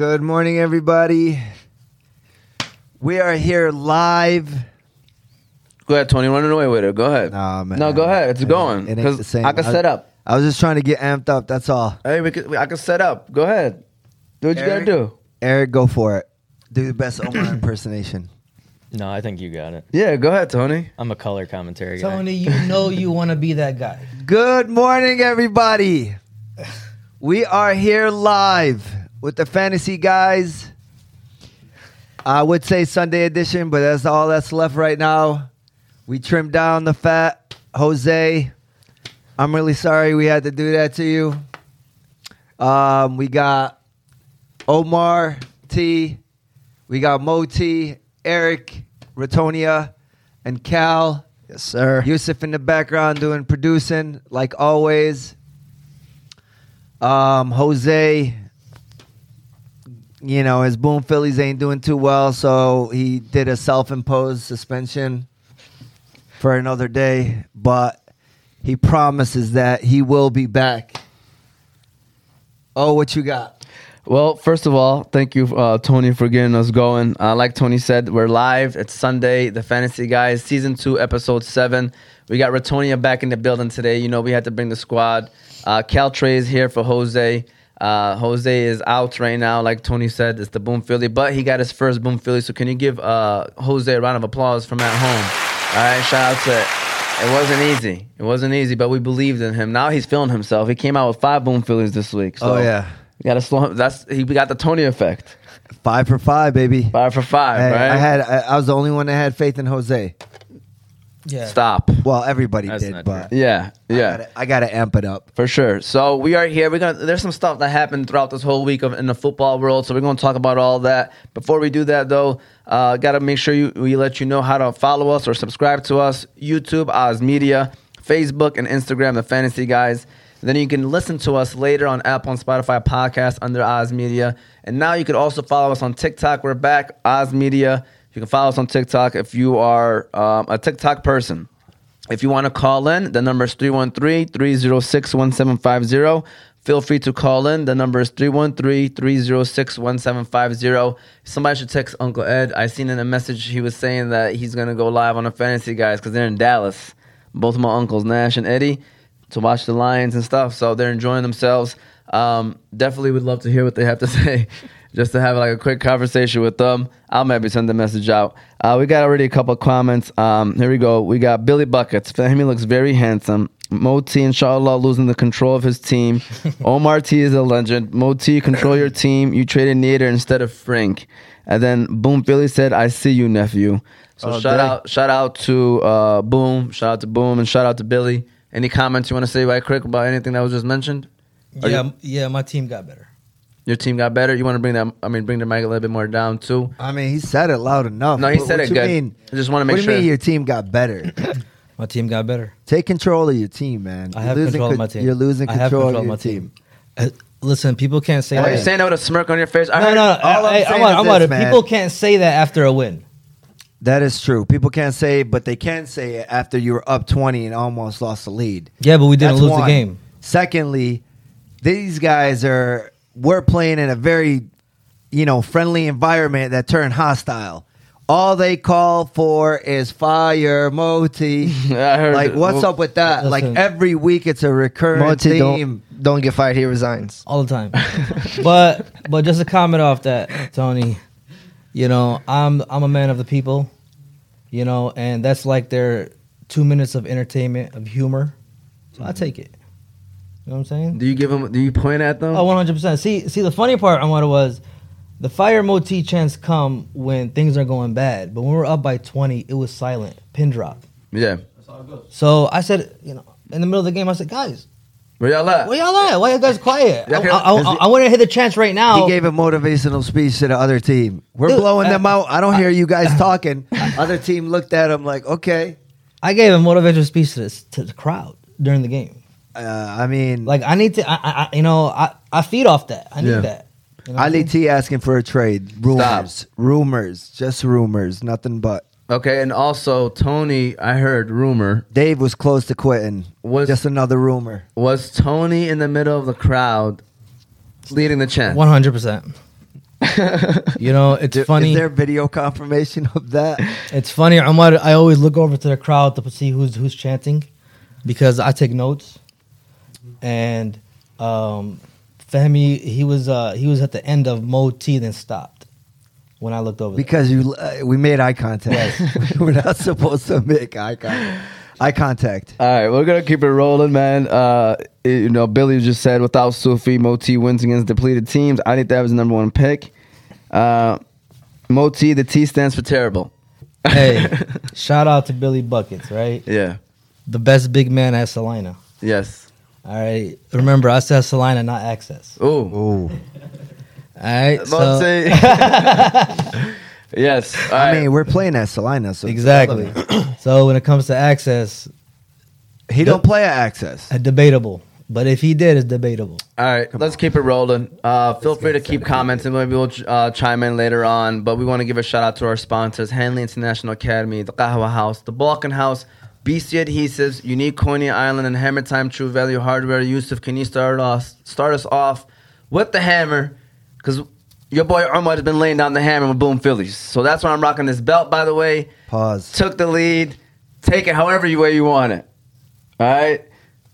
Good morning, everybody. We are here live. Go ahead, Tony. Running away with it. Go ahead. Nah, man. No, go ahead. It's Um, It ain't- going. it ain't 'Cause the same. I uh, can I- set up. I was just trying to get amped up. That's all. Hey, we could, I can set up. Go ahead. Do what you Eric? gotta do. Eric, go for it. Do the best Omar impersonation. No, I think you got it. Yeah, go ahead, Tony. I'm a color commentary guy. Tony, you know you want to be that guy. Good morning, everybody. We are here live with the Fantasy Guys. I would say Sunday edition, but that's all that's left right now. We trimmed down the fat. Jose, I'm really sorry we had to do that to you. Um, we got Omar T, we got Mo T, Eric, Ratonia, and Cal. Yes, sir. Yusuf in the background doing producing, like always. Um, Jose, you know, his Boom Phillies ain't doing too well, so he did a self imposed suspension for another day, but he promises that he will be back. Oh, what you got? Well, first of all, thank you, uh, Tony, for getting us going. Uh, like Tony said, we're live. It's Sunday, The Fantasy Guys, Season 2, Episode 7. We got Ratonia back in the building today. You know, we had to bring the squad. Uh, Caltrey is here for Jose. Uh, Jose is out right now, like Tony said. It's the Boom Philly, but he got his first Boom Philly. So, can you give uh, Jose a round of applause from at home? All right, shout out to It wasn't easy. It wasn't easy, but we believed in him. Now he's feeling himself. He came out with five Boom Phillies this week. So Oh, yeah. you gotta slow him. That's he. We got the Tony effect. Five for five, baby. Five for five, Hey, right? I had I, I was the only one that had faith in Jose. Yeah. stop. Well, everybody That's did, not but Yeah, I yeah, gotta- I got to amp it up. for sure. So we are here. We're gonna. There's some stuff that happened throughout this whole week of, in the football world. So we're gonna talk about all that. Before we do that, though, uh, gotta make sure you we let you know how to follow us or subscribe to us. YouTube, Oz Media, Facebook, and Instagram. The Fantasy Guys. Then you can listen to us later on Apple and Spotify podcast under Oz Media. And now you can also follow us on TikTok. We're back, Oz Media. You can follow us on TikTok if you are um, a TikTok person. If you want to call in, the number is 313 306 1750. Feel free to call in. The number is 313 306 1750. Somebody should text Uncle Ed. I seen in a message he was saying that he's going to go live on the Fantasy Guys because they're in Dallas. Both of my uncles, Nash and Eddie, to watch the Lions and stuff. So they're enjoying themselves. Um, definitely would love to hear what they have to say just to have like a quick conversation with them. I'll maybe send the message out. Uh, we got already a couple of comments. Um, here we go. We got Billy Buckets. Fahmy looks very handsome. Moti, inshallah, losing the control of his team. Omar T is a legend. Moti, control your team. You traded Nader instead of Frank. And then Boom Philly said, I see you, nephew. So Oh, shout dang. out shout out to uh, Boom. Shout out to Boom and shout out to Billy. Any comments you want to say right quick about anything that was just mentioned? Are Yeah, yeah, my team got better. Your team got better. You want to bring that? I mean, bring the mic a little bit more down too. I mean, he said it loud enough. No, he What- said what it you good. Mean? I just want to What make do you sure. mean your team got better? My team got better. Take control of your team, man. I You're have losing control of co- my team. You're losing I have control, of control of your my team. team. Uh, listen, people can't say Oh, that. you're saying that with a smirk on your face. I no, heard, no, no. all I'm I, saying is am on, I'm on this, it. man. People can't say that after a win. That is true. People can't say it, but they can say it after you were up 20 and almost lost the lead. Yeah, but we didn't That's lose the one. game. Secondly, these guys are we're playing in a very you know friendly environment that turned hostile. All they call for is fire, Moti. I heard Like, it. what's Well- up with that? Like Listen. every week, it's a recurring Monty theme. don't, don't get fired. He resigns. all the time. but but just a comment off that, Tony. You know, I'm I'm a man of the people. You know, and that's like their two minutes of entertainment of humor. So I take it. You know what I'm saying? Do you give them? Do you point at them? Oh, 100 percent. See see the funny part on what it was. The fire moti chants come when things are going bad, but when we're up by 20, it was silent, pin drop. yeah. So I said, you know, in the middle of the game, I said, guys, Where y'all at? why y'all at? Why you guys quiet? I, Yeah, I, I, I want to hit the chance right now. He gave a motivational speech to the other team. We're Oh. Dude, blowing uh, them out. I don't hear you guys talking. other team looked at him like, okay. I gave a motivational speech to, this, to the crowd during the game. Uh, I mean, like Like I need to, I, I I- you know, I, I feed off that. I need Yeah. that. You know what I'm Ali saying? T asking for a trade. Rumors, rumors, just rumors, nothing but. Okay, and also Tony, I heard rumor Dave was close to quitting. Was- just another rumor. was Tony in the middle of the crowd leading the chant. 100%. You know, it's Is funny. there video confirmation of that? It's funny, Omar. I always look over to the crowd to see who's who's chanting, because I take notes. And um, Fahmy, he was uh, he was at the end of Mo T, then stopped when I looked over. there. Because you, uh, we made eye contact. We're not supposed to make eye contact. Eye contact. All right, we're gonna keep it rolling, man. Uh, it- you know, Billy just said without Sufi, Moti wins against depleted teams. I think that was the number one pick. Uh, Moti, the T stands for terrible. hey, shout out to Billy Buckets, right? Yeah. The best big man at Salina. Yes. All right, remember I said Salina, not Access. Ooh. Ooh. All right, so- Moti. yes. All I right. mean, we're playing at Salina, so exactly. so when it comes to Access, He don't play at Access. uh, debatable. But if he did, it's debatable. All right, let's keep it rolling. Uh, feel free to keep commenting. Maybe we'll uh, chime in later on. But we want to give a shout out to our sponsors Hanley International Academy, the Qahwa House, the Balkan House, BC Adhesives, Unique Coney Island, and Hammer Time True Value Hardware. Yusuf, can you start us, start us off with the hammer? Because your boy Omar has been laying down the hammer with Boom Phillies. So that's why I'm rocking this belt, by the way Pause. took the lead. Take it however you way you want it. All right,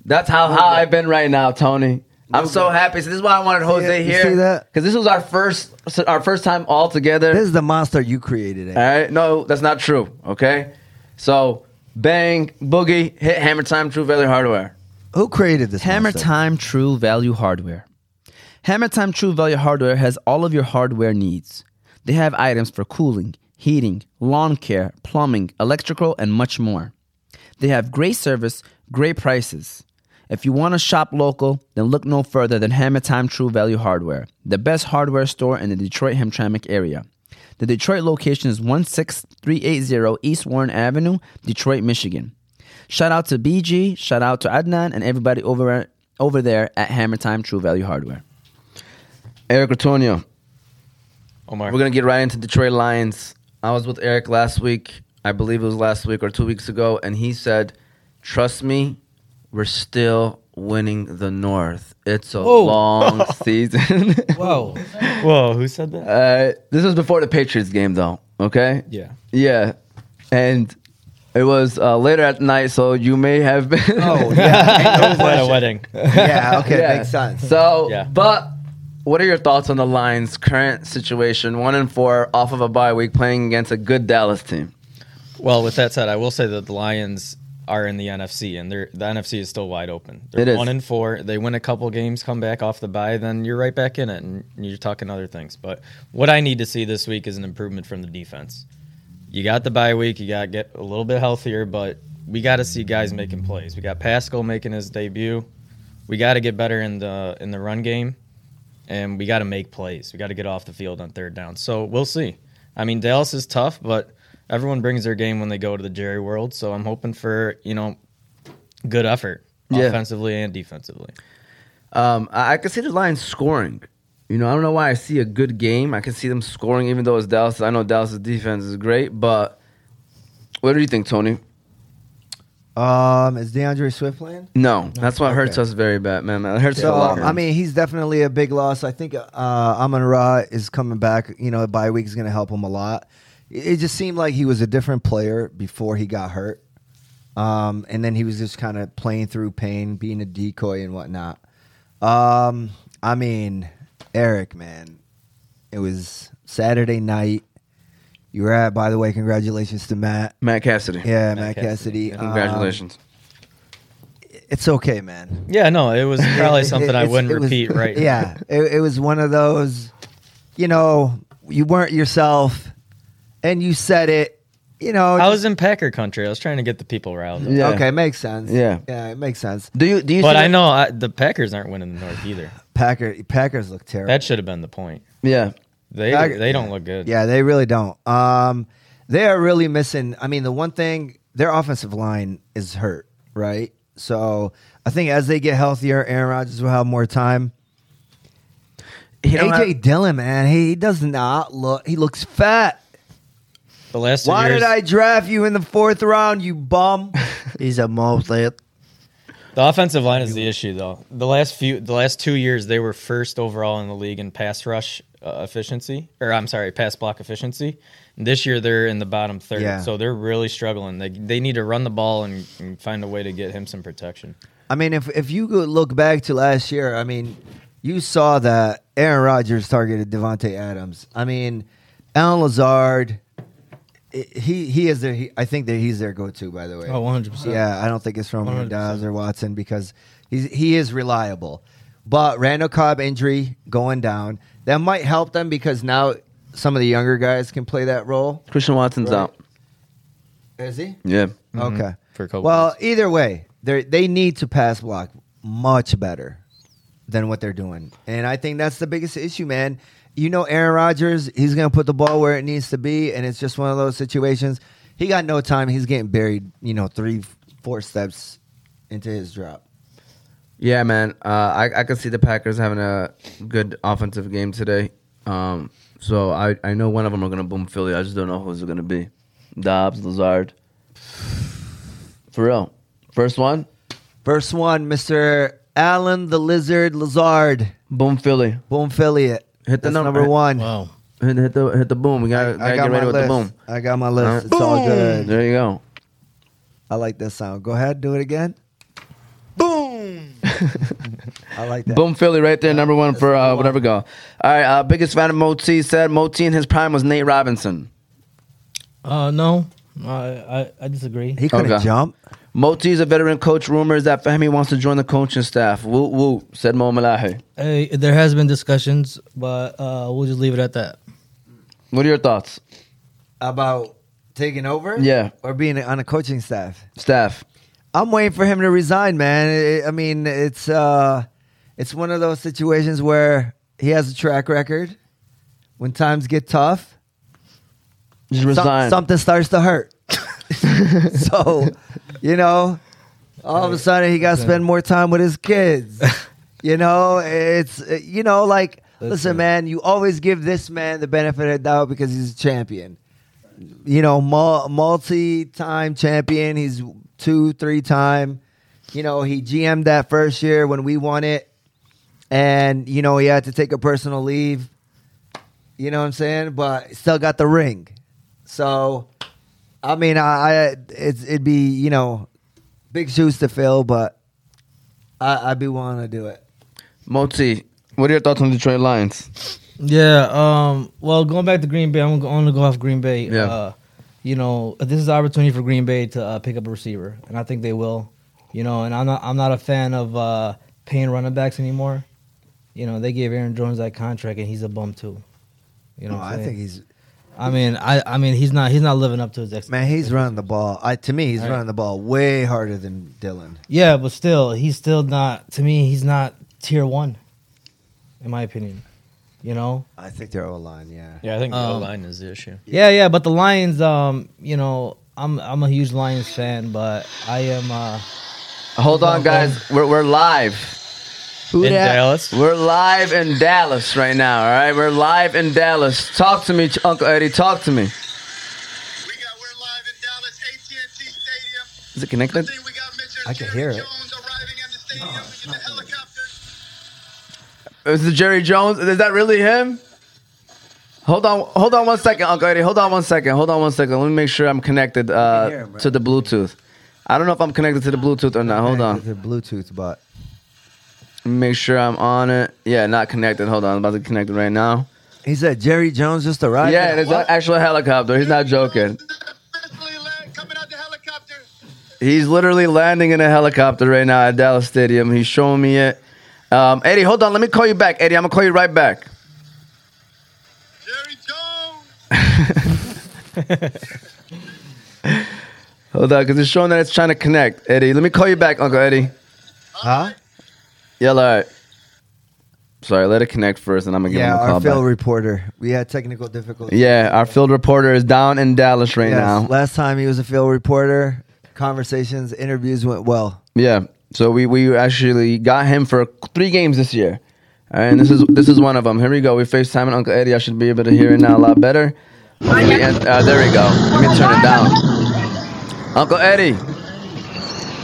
that's how high I've been right now, Tony. I'm so happy. So this is why I wanted Jose it? You here. see that? Because this was our first, our first time all together. This is the monster you created. eh? all It. right, no, that's not true. Okay, so bang, boogie, hit hammer time, True Value Hardware. Who created this? Hammer monster? Time True Value Hardware. Hammer Time True Value Hardware has all of your hardware needs. They have items for cooling, heating, lawn care, plumbing, electrical, and much more. They have great service, great prices. If you want to shop local, then look no further than Hammer Time True Value Hardware, the best hardware store in the Detroit Hamtramck area. The Detroit location is 16380 East Warren Avenue, Detroit, Michigan. Shout out to BG, shout out to Adnan, and everybody over over there at Hammer Time True Value Hardware. Eric Antonio. Omar. We're gonna get right into Detroit Lions. I was with Eric last week. I believe it was last week or two weeks ago, and he said, "Trust me, we're still winning the North. It's a Whoa. long season." Whoa. Whoa, who said that? uh, this was before the Patriots game, though. Okay. Yeah. Yeah, and it was uh, later at night, so you may have been. Oh yeah, Who was at a wedding. yeah. Okay, Yeah. makes sense. So, Yeah. but what are your thoughts on the Lions' current situation? One and four off of a bye week, playing against a good Dallas team. Well, with that said, I will say that the Lions are in the NFC, and they're, the NFC is still wide open. They're It is. one and four. They win a couple games, come back off the bye, then you're right back in it, and you're talking other things. But what I need to see this week is an improvement from the defense. You got the bye week. You got to get a little bit healthier, but we got to see guys making plays. We got Pascal making his debut. We got to get better in the in the run game, and we got to make plays. We got to get off the field on third down. So we'll see. I mean, Dallas is tough, but everyone brings their game when they go to the Jerry World. So I'm hoping for you know good effort Yeah. offensively and defensively. Um, I, I can see the Lions scoring. You know, I don't know why I see a good game. I can see them scoring, even though it's Dallas. I know Dallas' defense is great, but what do you think, Tony? Um, is DeAndre Swift playing? No, that's what hurts okay. us very bad, man. man. It hurts us So a lot. I mean, he's definitely a big loss. I think uh, Amon Ra is coming back. You know, a bye week is going to help him a lot. It it just seemed like he was a different player before he got hurt, um, and then he was just kind of playing through pain, being a decoy and whatnot. Um, I mean, Eric, man, it was Saturday night. You were at, by the way, congratulations to Matt. Matt Cassidy. Yeah, Matt, Matt Cassidy. Cassidy. Um, Congratulations. it's okay, man. Yeah, no, it was probably something I it's- wouldn't it was- repeat right. Yeah, it, it was one of those, you know, you weren't yourself, and you said it. You know, I was in Packer country. I was trying to get the people riled. up. Yeah. okay, makes sense. Yeah. yeah, it makes sense. do you do you But see I the- know I, the Packers aren't winning the North either. Packer Packers look terrible. That should have been the point. Yeah. They Packer- they don't look good. Yeah, they really don't. Um, they are really missing. I mean, the one thing their offensive line is hurt, right? So I think as they get healthier, Aaron Rodgers will have more time. He don't AJ Dillon, man, he, he does not look. He looks fat. The last two Why years, did I draft you in the fourth round, you bum? He's a moflet. the offensive line is the issue though. The last few, the last two years, they were first overall in the league in pass rush uh, efficiency, or I'm sorry, pass block efficiency. This year they're in the bottom third, Yeah. so they're really struggling. They they need to run the ball and, and find a way to get him some protection. I mean, if if you could look back to last year, I mean, you saw that Aaron Rodgers targeted Devonte Adams. I mean, Alan Lazard, i- he he is their. He, I think that he's their go-to. By the way, Oh, 100%. Yeah, I don't think it's from 100%. Dobbs or Watson because he's he is reliable. But Randall Cobb injury going down that might help them because now some of the younger guys can play that role. Christian Watson's Right. out. Is he? Yeah. Okay. for a couple well, either way, they they need to pass block much better than what they're doing, and I think that's the biggest issue, man. You know, Aaron Rodgers, he's gonna put the ball where it needs to be, and it's just one of those situations. He got no time. He's getting buried. You know, three, four steps into his drop. Yeah, man. Uh, I I could see the Packers having a good offensive game today. Um, so I I know one of them are gonna boom Philly. I just don't know who's it gonna be. Dobbs, Lazard. For real. First one, Verse one, Mister Allen the Lizard Lazard, boom Philly. boom Philly it. Hit the That's number- number one. Wow. Hit, hit the hit the boom. We gotta, gotta get my ready with list. the boom. I got my All right. list. It's all good. There you go. I like that sound. Go ahead, do it again. Boom. I like that. Boom Philly right there, number one for uh, number one. whatever go. All right, uh, biggest fan of Moti said Moti in his prime was Nate Robinson. Uh, no, I, I, I disagree. He couldn't Okay. jump. Moti is a veteran coach. Rumors that Fahmy wants to join the coaching staff. Woo woo, said Mo Malahi. Hey, there has been discussions, but uh, we'll just leave it at that. What are your thoughts? About taking over? Yeah. Or being on a coaching staff. Staff. I'm waiting for him to resign, man. I- I mean, it's uh it's one of those situations where he has a track record. When times get tough, Just some- resign. something starts to hurt. so, you know, all of a sudden he got to spend more time with his kids. You know, it's uh, you know like listen, Listen. man, you always give this man the benefit of the doubt because he's a champion. You know, mul- multi-time champion. He's two, three time. You know, he GM'd that first year when we won it, and you know he had to take a personal leave. You know what I'm saying? But still got the ring. So, I mean, I, I it's, it'd be you know big shoes to fill, but I, I'd be willing to do it. Moti, what are your thoughts on Detroit Lions? Yeah. Um. Well, going back to Green Bay, I'm going to go off Green Bay. Yeah. Uh, you know, this is an opportunity for Green Bay to uh, pick up a receiver, and I think they will. You know, and I'm not I'm not a fan of uh, paying running backs anymore. You know, they gave Aaron Jones that contract, and he's a bum too. You know, No, what Oh, I I'm think saying? he's I mean, I I mean, he's not he's not living up to his man, expectations. he's running the ball. I to me, he's All right. running the ball way harder than Dylan. Yeah, but still, he's still not. To me, he's not tier one, in my opinion. You know. I think they're O line, yeah. Yeah, I think Um, the line is the issue. Yeah, yeah, but the Lions. Um, you know, I'm I'm a huge Lions fan, but I am. Uh, Hold on, guys. We're, we're live. Who In Dallas, We're live in Dallas right now, all right? We're live in Dallas. Talk to me, Ch- Uncle Eddie. Talk to me. We got we're live in Dallas AT&T Stadium. Is it connected? Then we got Mr. I can Jerry hear it. Jones arriving at the stadium in the helicopter. Is it Jerry Jones? Is that really him? Hold on, hold on one second, Uncle Eddie. Hold on one second. Hold on one second. Let me make sure I'm connected uh, hear him, bro. to the Bluetooth. I don't know if I'm connected to the Bluetooth or not. Hold on. The Bluetooth, but Let me Make sure I'm on it. Yeah, not connected. Hold on. I'm about to connect it right now. he said Jerry Jones just arrived. Yeah, it is an actual helicopter. He's not joking. Officially land- coming out the helicopter. He's literally landing in a helicopter right now at Dallas Stadium. He's showing me it. Um, Eddie, hold on. Let me call you back, Eddie. I'm gonna call you right back. Jerry Jones. Hold on, because it's showing that it's trying to connect. Eddie, let me call you back, Uncle Eddie. huh? Yeah, all right. Sorry, let it connect first, and I'm gonna give Yeah, him a call our field back. reporter. We had technical difficulties. yeah, our field reporter is down in Dallas right Yes, now. Last time he was a field reporter. Conversations, interviews went well. Yeah, so we we actually got him for three games this year, All right, and this is this is one of them. Here we go. We FaceTime and Uncle Eddie. I should be able to hear it now a lot better. Hopefully, and- uh, there we go. Let me turn it down. Uncle Eddie,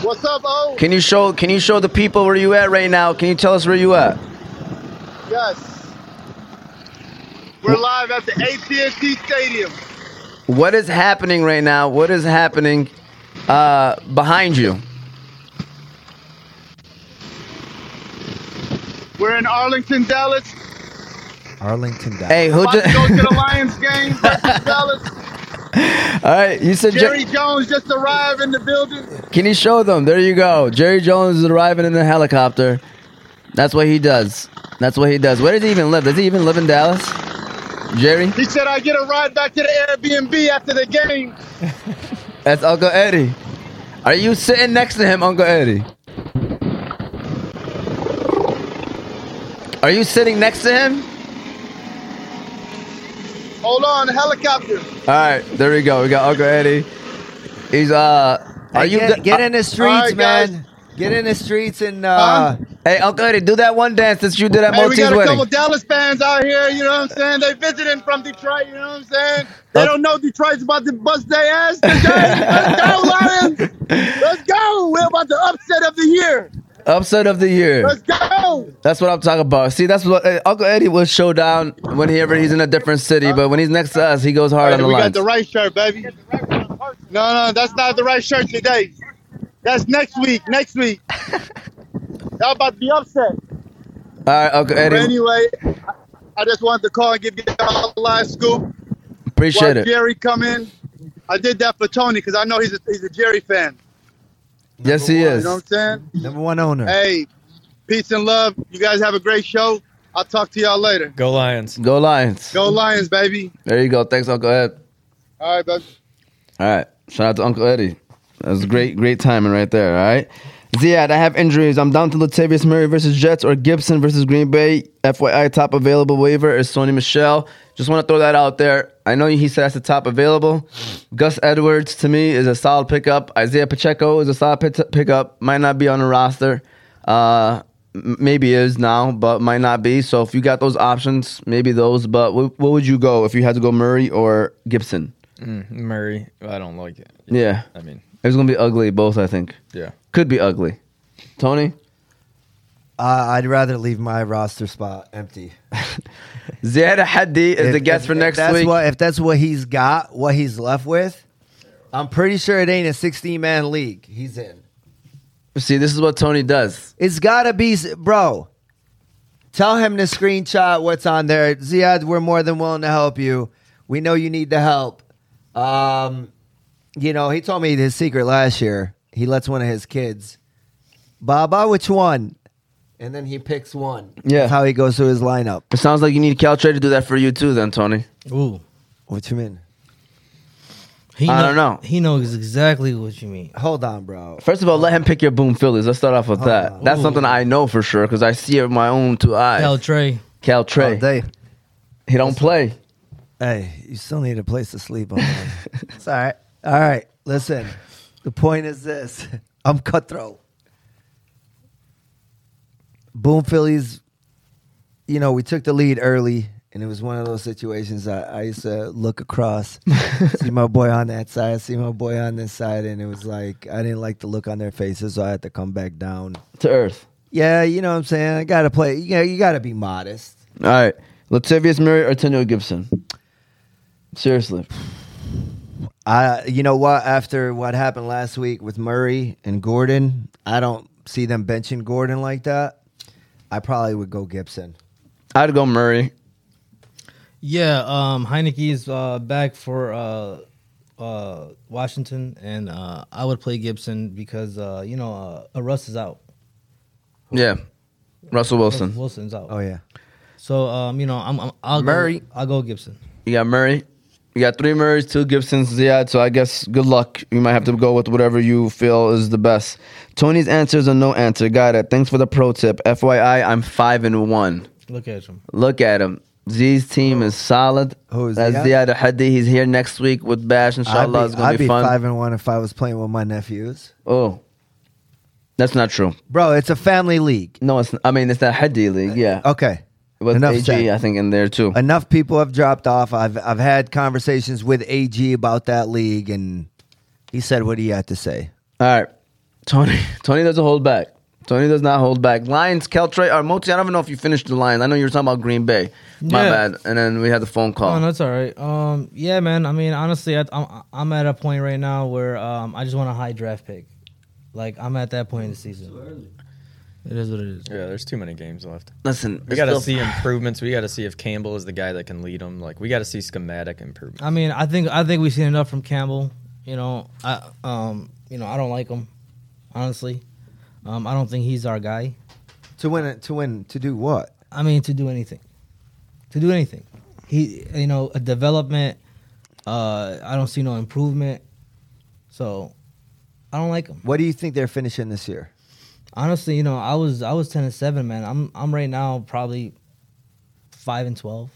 What's up, O? can you show can you show the people where you at right now? Can you tell us where you at? Yes. We're live at the AT&T Stadium. What is happening right now? What is happening uh, behind you? We're in Arlington, Dallas. Arlington Dallas. Hey, who About to just? go to the Lions game versus Dallas. All right, you said. Jerry Jones just arrived in the building. Can you show them? There you go. Jerry Jones is arriving in a helicopter. That's what he does. That's what he does. Where does he even live? Does he even live in Dallas? Jerry? He said, I get a ride back to the Airbnb after the game. That's Uncle Eddie. Are you sitting next to him, Uncle Eddie? Are you sitting next to him? Hold on, helicopter. All right, there we go. We got Uncle Eddie. He's uh. Are Hey, you get, get in the All streets, right, guys. man? Get in the streets and uh, Hey, Uncle Eddie, do that one dance that you did at Hey, we Maltese got a wedding. couple Dallas fans out here, you know what I'm saying? They visiting from Detroit, you know what I'm saying? They don't know Detroit's about to bust their ass today. Let's go, Lions! Let's go! We're about the upset of the year. Upset of the year. Let's go! That's what I'm talking about. See, that's what uh, Uncle Eddie will show down whenever he's in a different city, but when he's next to us, he goes hard on the we line. got the right shirt, baby. No, no, that's not the right shirt today. That's next week, next week. Y'all about to be upset. All right, Uncle But Eddie, anyway, I- I just wanted to call and give y'all a live scoop. appreciate Watch it. Jerry come in. I did that for Tony because I know he's a, he's a Jerry fan. Yes, he You is. know what I'm saying? number one owner. Hey, peace and love. You guys have a great show. I'll talk to y'all later. Go Lions. Go Lions. Go Lions, baby. There you go. Thanks, Uncle Ed. All right, baby. All right. Shout out to Uncle Eddie. That was great, great timing right there. All right. Ziad, I have injuries. I'm down to Latavius Murray versus Jets or Gibson versus Green Bay. FYI, top available waiver is Sony Michelle. Just want to throw that out there. I know he said that's the top available. Gus Edwards to me is a solid pickup. Isaiah Pacheco is a solid pit- pickup. Might not be on the roster. Uh, m- maybe is now, but might not be. So if you got those options, maybe those. But wh- what would you go if you had to go Murray or Gibson? Mm, Murray. I don't like it. Yeah. I mean, It's gonna be ugly, both I think. yeah. Could be ugly. Tony? Uh, I'd rather leave my roster spot empty. Ziad Hadi is If- the guest if- for if next that's week. What, if that's what he's got, what he's left with, I'm pretty sure it ain't a 16 man league he's in. See, this is what Tony does. It's gotta be, s- bro. Tell him to screenshot what's on there. Ziad, we're more than willing to help you. We know you need the help. Um, you know, he told me his secret last year. He lets one of his kids, Baba, which one? And then he picks one. Yeah. That's how he goes through his lineup. It sounds like you need Caltrate to do that for you too, then Tony. Ooh, What you mean? he I don't know. He knows exactly what you mean. Hold on, bro. First of all, let him pick your boom Phillies. Let's start off Oh. with that. on. That's Ooh. something I know for sure because I see it with my own two eyes. Tell Trey. All Caltrate, day. he don't play. Hey, you still need a place to sleep. Over. it's all right. All right. Listen, the point is this: I'm cutthroat. Boom Phillies. You know, we took the lead early, and it was one of those situations. I, I used to look across, see my boy on that side, see my boy on this side, and it was like I didn't like the look on their faces, so I had to come back down. To earth. Yeah, you know what I'm saying. I gotta play. You know, you gotta be modest. All right. Latavius Murray or Tenio Gibson? Seriously. I, you know what? After what happened last week with Murray and Gordon, I don't see them benching Gordon like that. I probably would go Gibson. I'd go Murray. Yeah, um, Heineke is uh, back for uh, uh, Washington, and uh, I would play Gibson because uh, you know uh, uh, Russ is out. Yeah. Russell Russ- Wilson. Wilson's out. Oh yeah, So um, you know, I'm, I'm I'll Murray. Go, I'll go Gibson. You got Murray. You got three Murrays, two Gibsons, Ziad. So I guess good luck. You might have to go with whatever you feel is the best. Tony's answer is a no answer. Got it. Thanks for the pro tip. FYI, I'm five and one. Look at him. Look at him. Z's team is solid. Who is That's Ziad? Ziad Hadi. He's here next week with Bash. Inshallah, I'd it's be, gonna I'd be, be fun. five and one if I was playing with my nephews, Oh, that's not true. bro. It's a family league. No, it's. I mean, it's that Hadi league. Yeah, Okay, with Oh, enough AG, said. I think in there too. enough people have dropped off. I've I've had conversations with AG about that league, and he said what he had to say. All right, Tony. Tony doesn't hold back. Tony does not hold back. Lions, Keltray, or Moti. I don't even know if you finished the Lions. I know you were talking about Green Bay. My Yeah. bad. And then we had the phone call. Oh, no, it's all right. Um, yeah, man. I mean, honestly, I, I'm I'm at a point right now where um, I just want a high draft pick. Like I'm at that point in the season. It is what it is. Yeah, there's too many games left. Listen, We got to still- see improvements. We got to see if Campbell is the guy that can lead them. Like we got to see schematic improvement. I mean, I think I think we've seen enough from Campbell. You know, I um, you know, I don't like him, honestly. Um, I don't think he's our guy. To win, to win, to do what? I mean, to do anything, to do anything. He, you know, a development. Uh, I don't see no improvement. So, I don't like him. What do you think they're finishing this year? honestly, you know, I was I was ten and seven, man. I'm I'm right now probably five and twelve.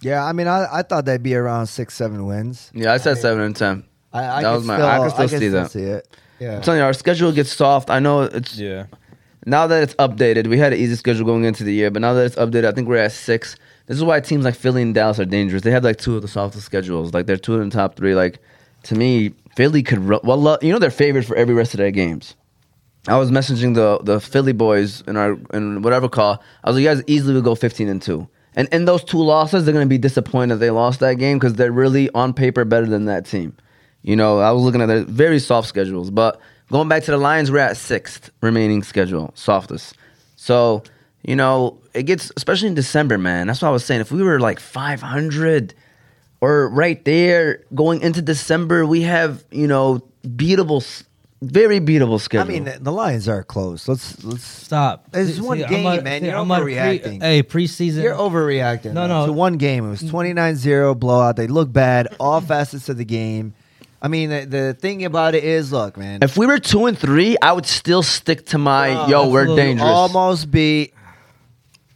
Yeah, I mean, I, I thought that'd be around six, seven wins. Yeah, I said seven and ten. I, I That could was my- Still, I could still see that. it. Yeah. I'm telling you, our schedule gets soft. I know it's Yeah, now that it's updated. We had an easy schedule going into the year, but now that it's updated, I think we're at six. This is why teams like Philly and Dallas are dangerous. They have like two of the softest schedules. Like they're two in the top three. Like to me, Philly could ru- well. lo- You know they're favored for every rest of their games. I was messaging the the Philly boys in our in whatever call. I was like, you guys easily would go fifteen and two. And in those two losses, they're going to be disappointed they lost that game because they're really on paper better than that team. You know, I was looking at their very soft schedules, but going back to the Lions, we're at sixth remaining schedule, softest. So you know, it gets especially in December, man. That's what I was saying. If we were like five hundred or right there going into December, we have you know beatable, s- very beatable I schedule. mean, the Lions are close. Let's let's. Stop. It's one game, about- man. see, You're about overreacting. Pre, hey, preseason. You're overreacting. No, though. no. To one game, it was 29-0 blowout. They look bad, all facets of the game. I mean, the, the thing about it is, look, man, If we were two and three, I would still stick to my yo. We're absolutely. dangerous. almost beat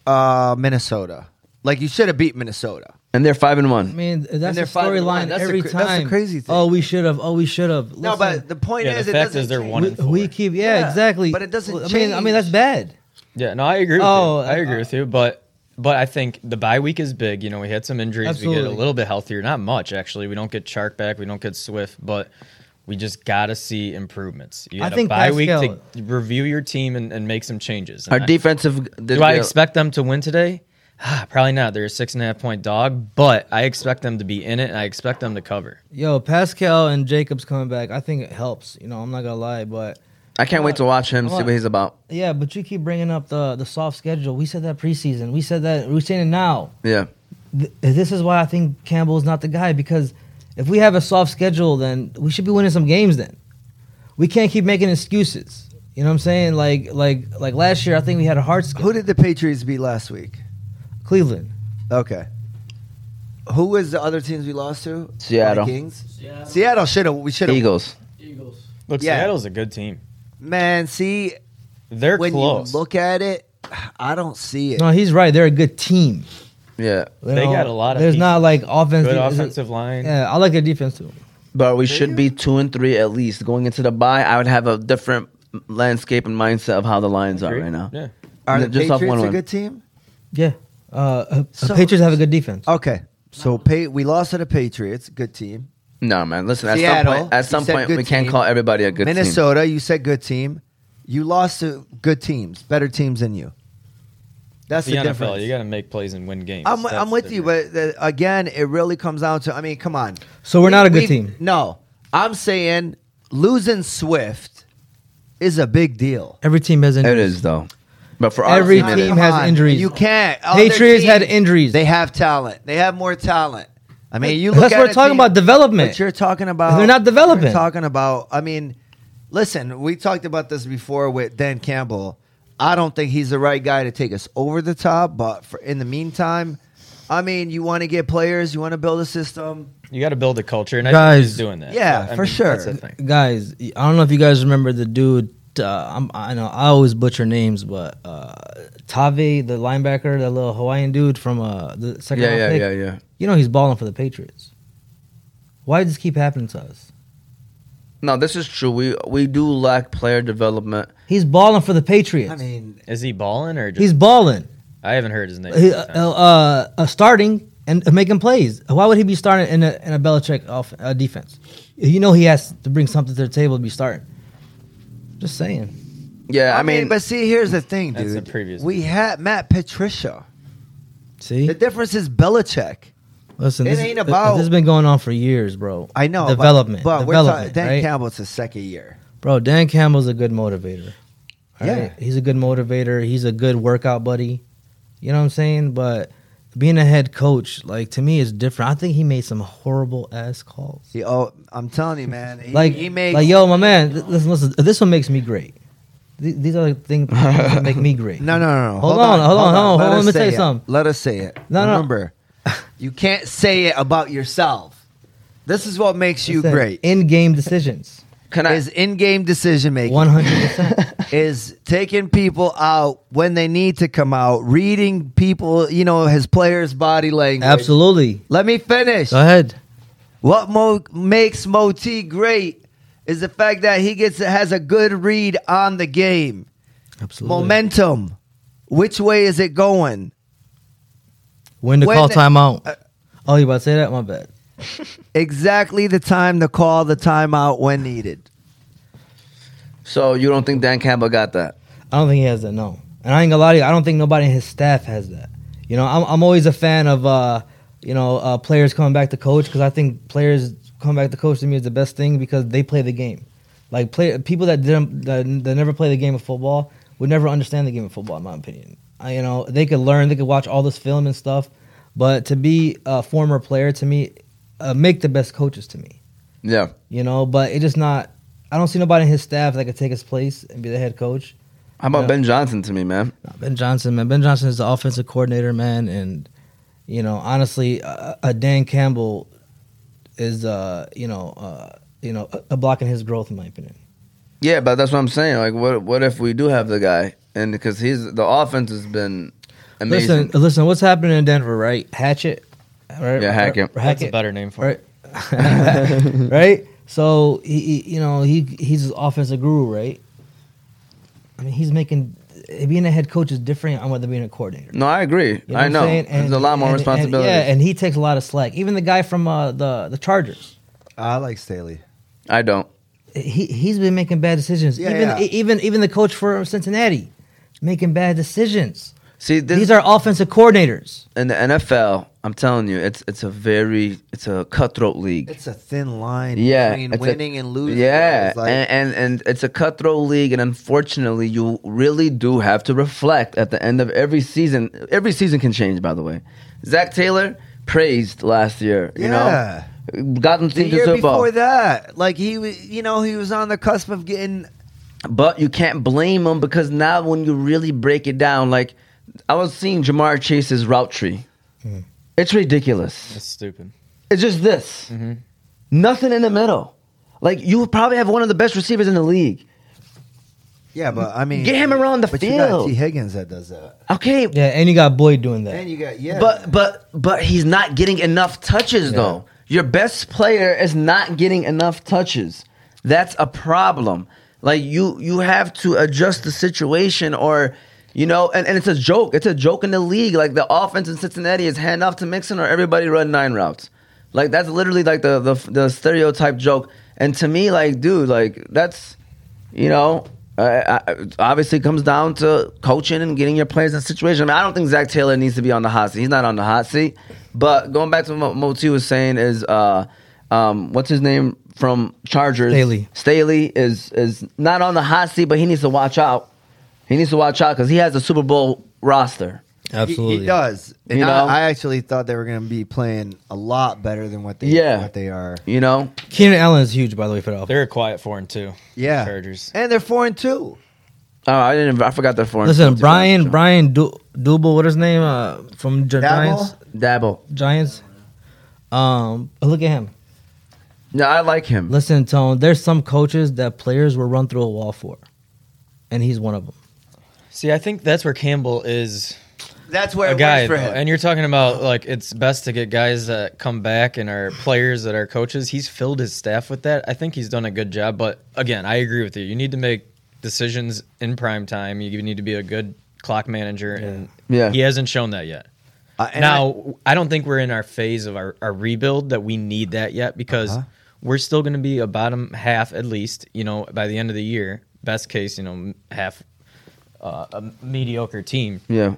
uh, Minnesota. Like you should have beat Minnesota. and they're five and I one. mean, that's they're the five and one. storyline That's the every cra- that's time. the crazy thing. Oh, we should have. Oh, we should have. No, Listen, but the point Yeah, the is, it fact doesn't is they're change. one and we four. keep. Yeah, Yeah, exactly. but it doesn't I mean, I change. mean that's bad. yeah. No, I agree. With Oh, you. I agree uh, with you. But but I think the bye week is big. You know, we had some injuries. We get a Absolutely. little bit healthier. Not much actually. We don't get Chark back. We don't get Swift, but. We just gotta see improvements. You I had a think bye week Pascal- to review your team and, and make some changes. And Our I- defensive. Do I expect them to win today? Ah, Probably not. They're a six and a half point dog, but I expect them to be in it. And I expect them to cover. Yo, Pascal and Jacobs coming back. I think it helps. You know, I'm not gonna lie, but I can't wait to watch him. See what he's about. yeah. But you keep bringing up the the soft schedule. We said that preseason. We said that. We're saying it now. Yeah. th- this is why I think Campbell's not the guy because if we have a soft schedule, then we should be winning some games. Then we can't keep making excuses. You know what I'm saying? Like like like last year, I think we had a hard schedule. Who did the Patriots beat last week? Cleveland. Okay. Who was the other teams we lost to? Seattle. Vikings. Seattle should have. We should have. Eagles. Look, Yeah. Seattle's a good team. Man, see They're when close. you look at it, I don't see it. No, he's right. They're a good team. Yeah. You They got a lot of There's pieces. not like offense. good is it- offensive line. Yeah, I like their defense too. But we should be two and three at least going into the bye. I would have a different landscape and mindset of how the Lions are Agree? right now. Yeah. Are the Just off Patriots one a win. good team? Yeah, uh, uh, So- Patriots have a good defense. Okay, so pa- we lost to the Patriots. Good team. No, man. Listen, at Seattle, some point, at you some said point, good we can't team. call everybody a good team. Minnesota, you said good team. You lost to good teams, better teams than you. That's The, the, NFL, difference. you got to make plays and win games. I'm, That's I'm the with you, difference. but the, again, it really comes down to I mean, come on. So we're We- not a good we- team. No, I'm saying losing Swift is a big deal. Every team has It injuries. is though. But for Every our team, it team is. Come has on, injuries. You can't. Other Patriots had teams, injuries. They have talent. They have more talent. I mean, you look That's at what a we're talking team- about development. But you're talking about They're not developing. you're talking about. I mean, listen, we talked about this before with Dan Campbell. I don't think he's the right guy to take us over the top. But for, in the meantime, I mean, you want to get players, you want to build a system. you got to build a culture, and I think Guys. he's doing that. Yeah, I for sure. That's the thing. guys i don't know if you guys remember the dude uh, I'm, i know i always butcher names but uh tave the linebacker that little hawaiian dude from uh the second Yeah, round yeah, pick, yeah, yeah. you know he's balling for the patriots why does this keep happening to us No, this is true. We we do lack player development. he's balling for the patriots I mean, Is he balling or just? he's balling I haven't heard his name. He- uh, uh, uh starting and making plays why would he be starting in a, in a Belichick off uh, defense you know he has to bring something to the table to be starting just saying Yeah, I, mean, but see, here's the thing, That's dude. the previous we had Matt Patricia. See, The difference is Belichick. listen, it this, ain't th- about- This has been going on for years, bro. I know but- development, but, we're talking development, Dan right? Campbell's the second year. bro. Dan Campbell's a good motivator. all Yeah. he's a good motivator. He's a good workout buddy. You know what I'm saying? But being a head coach, like to me, is different. I think he made some horrible ass calls. He, oh, I'm telling you, man. He, like, he makes like yo, my man. th- Listen, listen. This one makes me great. Th- These are the things that make me great. No, no, no, no. Hold on, hold on, hold Let on, hold on. us Let me tell say you it. something. Let us say it. No, no. Remember, you can't say it about yourself. This is what makes you Listen, great. In-game decisions, can I? is in-game decision making. one hundred percent. is taking people out when they need to come out, reading people, you know, his players' body language. Absolutely. Let me finish. Go ahead. What Mo- makes Moti great is the fact that he gets has a good read on the game. Absolutely. Momentum. Which way is it going? When to When- call timeout. oh, you about to say that? My bad. Exactly the time to call the timeout when needed. so you don't think Dan Campbell got that? I don't think he has that. No, and I ain't gonna lie to you. I don't think nobody in his staff has that. You know, I'm, I'm always a fan of uh, you know uh, players coming back to coach because I think players coming back to coach to me is the best thing because they play the game. Like play people that didn't that, that never play the game of football would never understand the game of football in my opinion. I, you know, they could learn, they could watch all this film and stuff, but to be a former player to me, uh, make the best coaches to me Yeah. you know. But it just not. I don't see nobody in his staff that could take his place and be the head coach. How about Yeah. Ben Johnson to me, man? Nah, Ben Johnson, man. Ben Johnson is the offensive coordinator, man, and you know, honestly, uh, uh, Dan Campbell is, uh, you know, uh, you know, uh, blocking his growth in my opinion. Yeah, but that's what I'm saying. Like, what what if we do have the guy? And because he's the offense has been amazing. Listen, listen, what's happening in Denver, right? Hatchet, right? Yeah, Hackett. That's a Hackett. better name for right? it. right? So he, he- you know, he he's an offensive guru, right? I mean, he's making being a head coach is different on whether being a coordinator. no, I agree. You know what I I'm know. saying? There's a lot more and- responsibility. And, yeah, and he takes a lot of slack. Even the guy from uh, the the Chargers, I like Staley. I don't. he he's been making bad decisions. Yeah, even yeah. e- even even the coach for Cincinnati, making bad decisions. See, this, These are offensive coordinators. in the NFL. I'm telling you, it's it's a very it's a cutthroat league. It's a thin line yeah, between it's a- winning and losing. Yeah, It's like- and, and and it's a cutthroat league, and unfortunately, you really do have to reflect at the end of every season. Every season can change, by the way. Zach Taylor praised last year. You Yeah. know, got them the team to year Super Bowl. before that, like he was, you know, he was on the cusp of getting But you can't blame him because now when you really break it down, like I was seeing Jamar Chase's route tree. Hmm. It's ridiculous. That's stupid. It's just this. Nothing in the middle. Like you probably have one of the best receivers in the league. Yeah, but I mean, Get him around the but You got field. T. Higgins that does that, Okay, Yeah, and you got Boyd doing that. and you got yeah. but but but he's not getting enough touches though. Your best player is not getting enough touches. That's a problem. Like you you have to adjust the situation or you know, and, and it's a joke. It's a joke in the league. Like the offense in Cincinnati is hand off to Mixon or everybody run nine routes. Like that's literally like the the, the stereotype joke. And to me, like, dude, like that's you know, uh, I, obviously it comes down to coaching and getting your players in situation. I mean, I don't think Zach Taylor needs to be on the hot seat. He's not on the hot seat. But going back to what Moti was saying is, uh, um, what's his name from Chargers? Staley. Staley is is not on the hot seat, but he needs to watch out. He needs to watch out because he has a Super Bowl roster. He- he, does. And You I, know? I actually thought they were going to be playing a lot better than what they Yeah. what they are. You know, Keenan Allen is huge, by the way, for the offense. They're a quiet foreign too. Yeah, Chargers. and they're four and two. oh, I didn't. I forgot their form. Listen, Brian Brian du- Dubel, what is his name uh, from Gi- Giants? Dabble. Giants. Um, look at him. No, I like him. Listen, Tone. There's some coaches that players will run through a wall for, and he's one of them. See, I think that's where Campbell is That's where a it guy, was for though. him. and you're talking about like it's best to get guys that come back and are players that are coaches. He's filled his staff with that. I think he's done a good job, but again, I agree with you. You need to make decisions in prime time. You need to be a good clock manager, and Yeah. he hasn't shown that yet. Uh, and I- now, I, don't think we're in our phase of our, our rebuild that we need that yet because we're still going to be a bottom half at least, you know, by the end of the year. best case, you know, half uh, a mediocre team. Um, Yeah.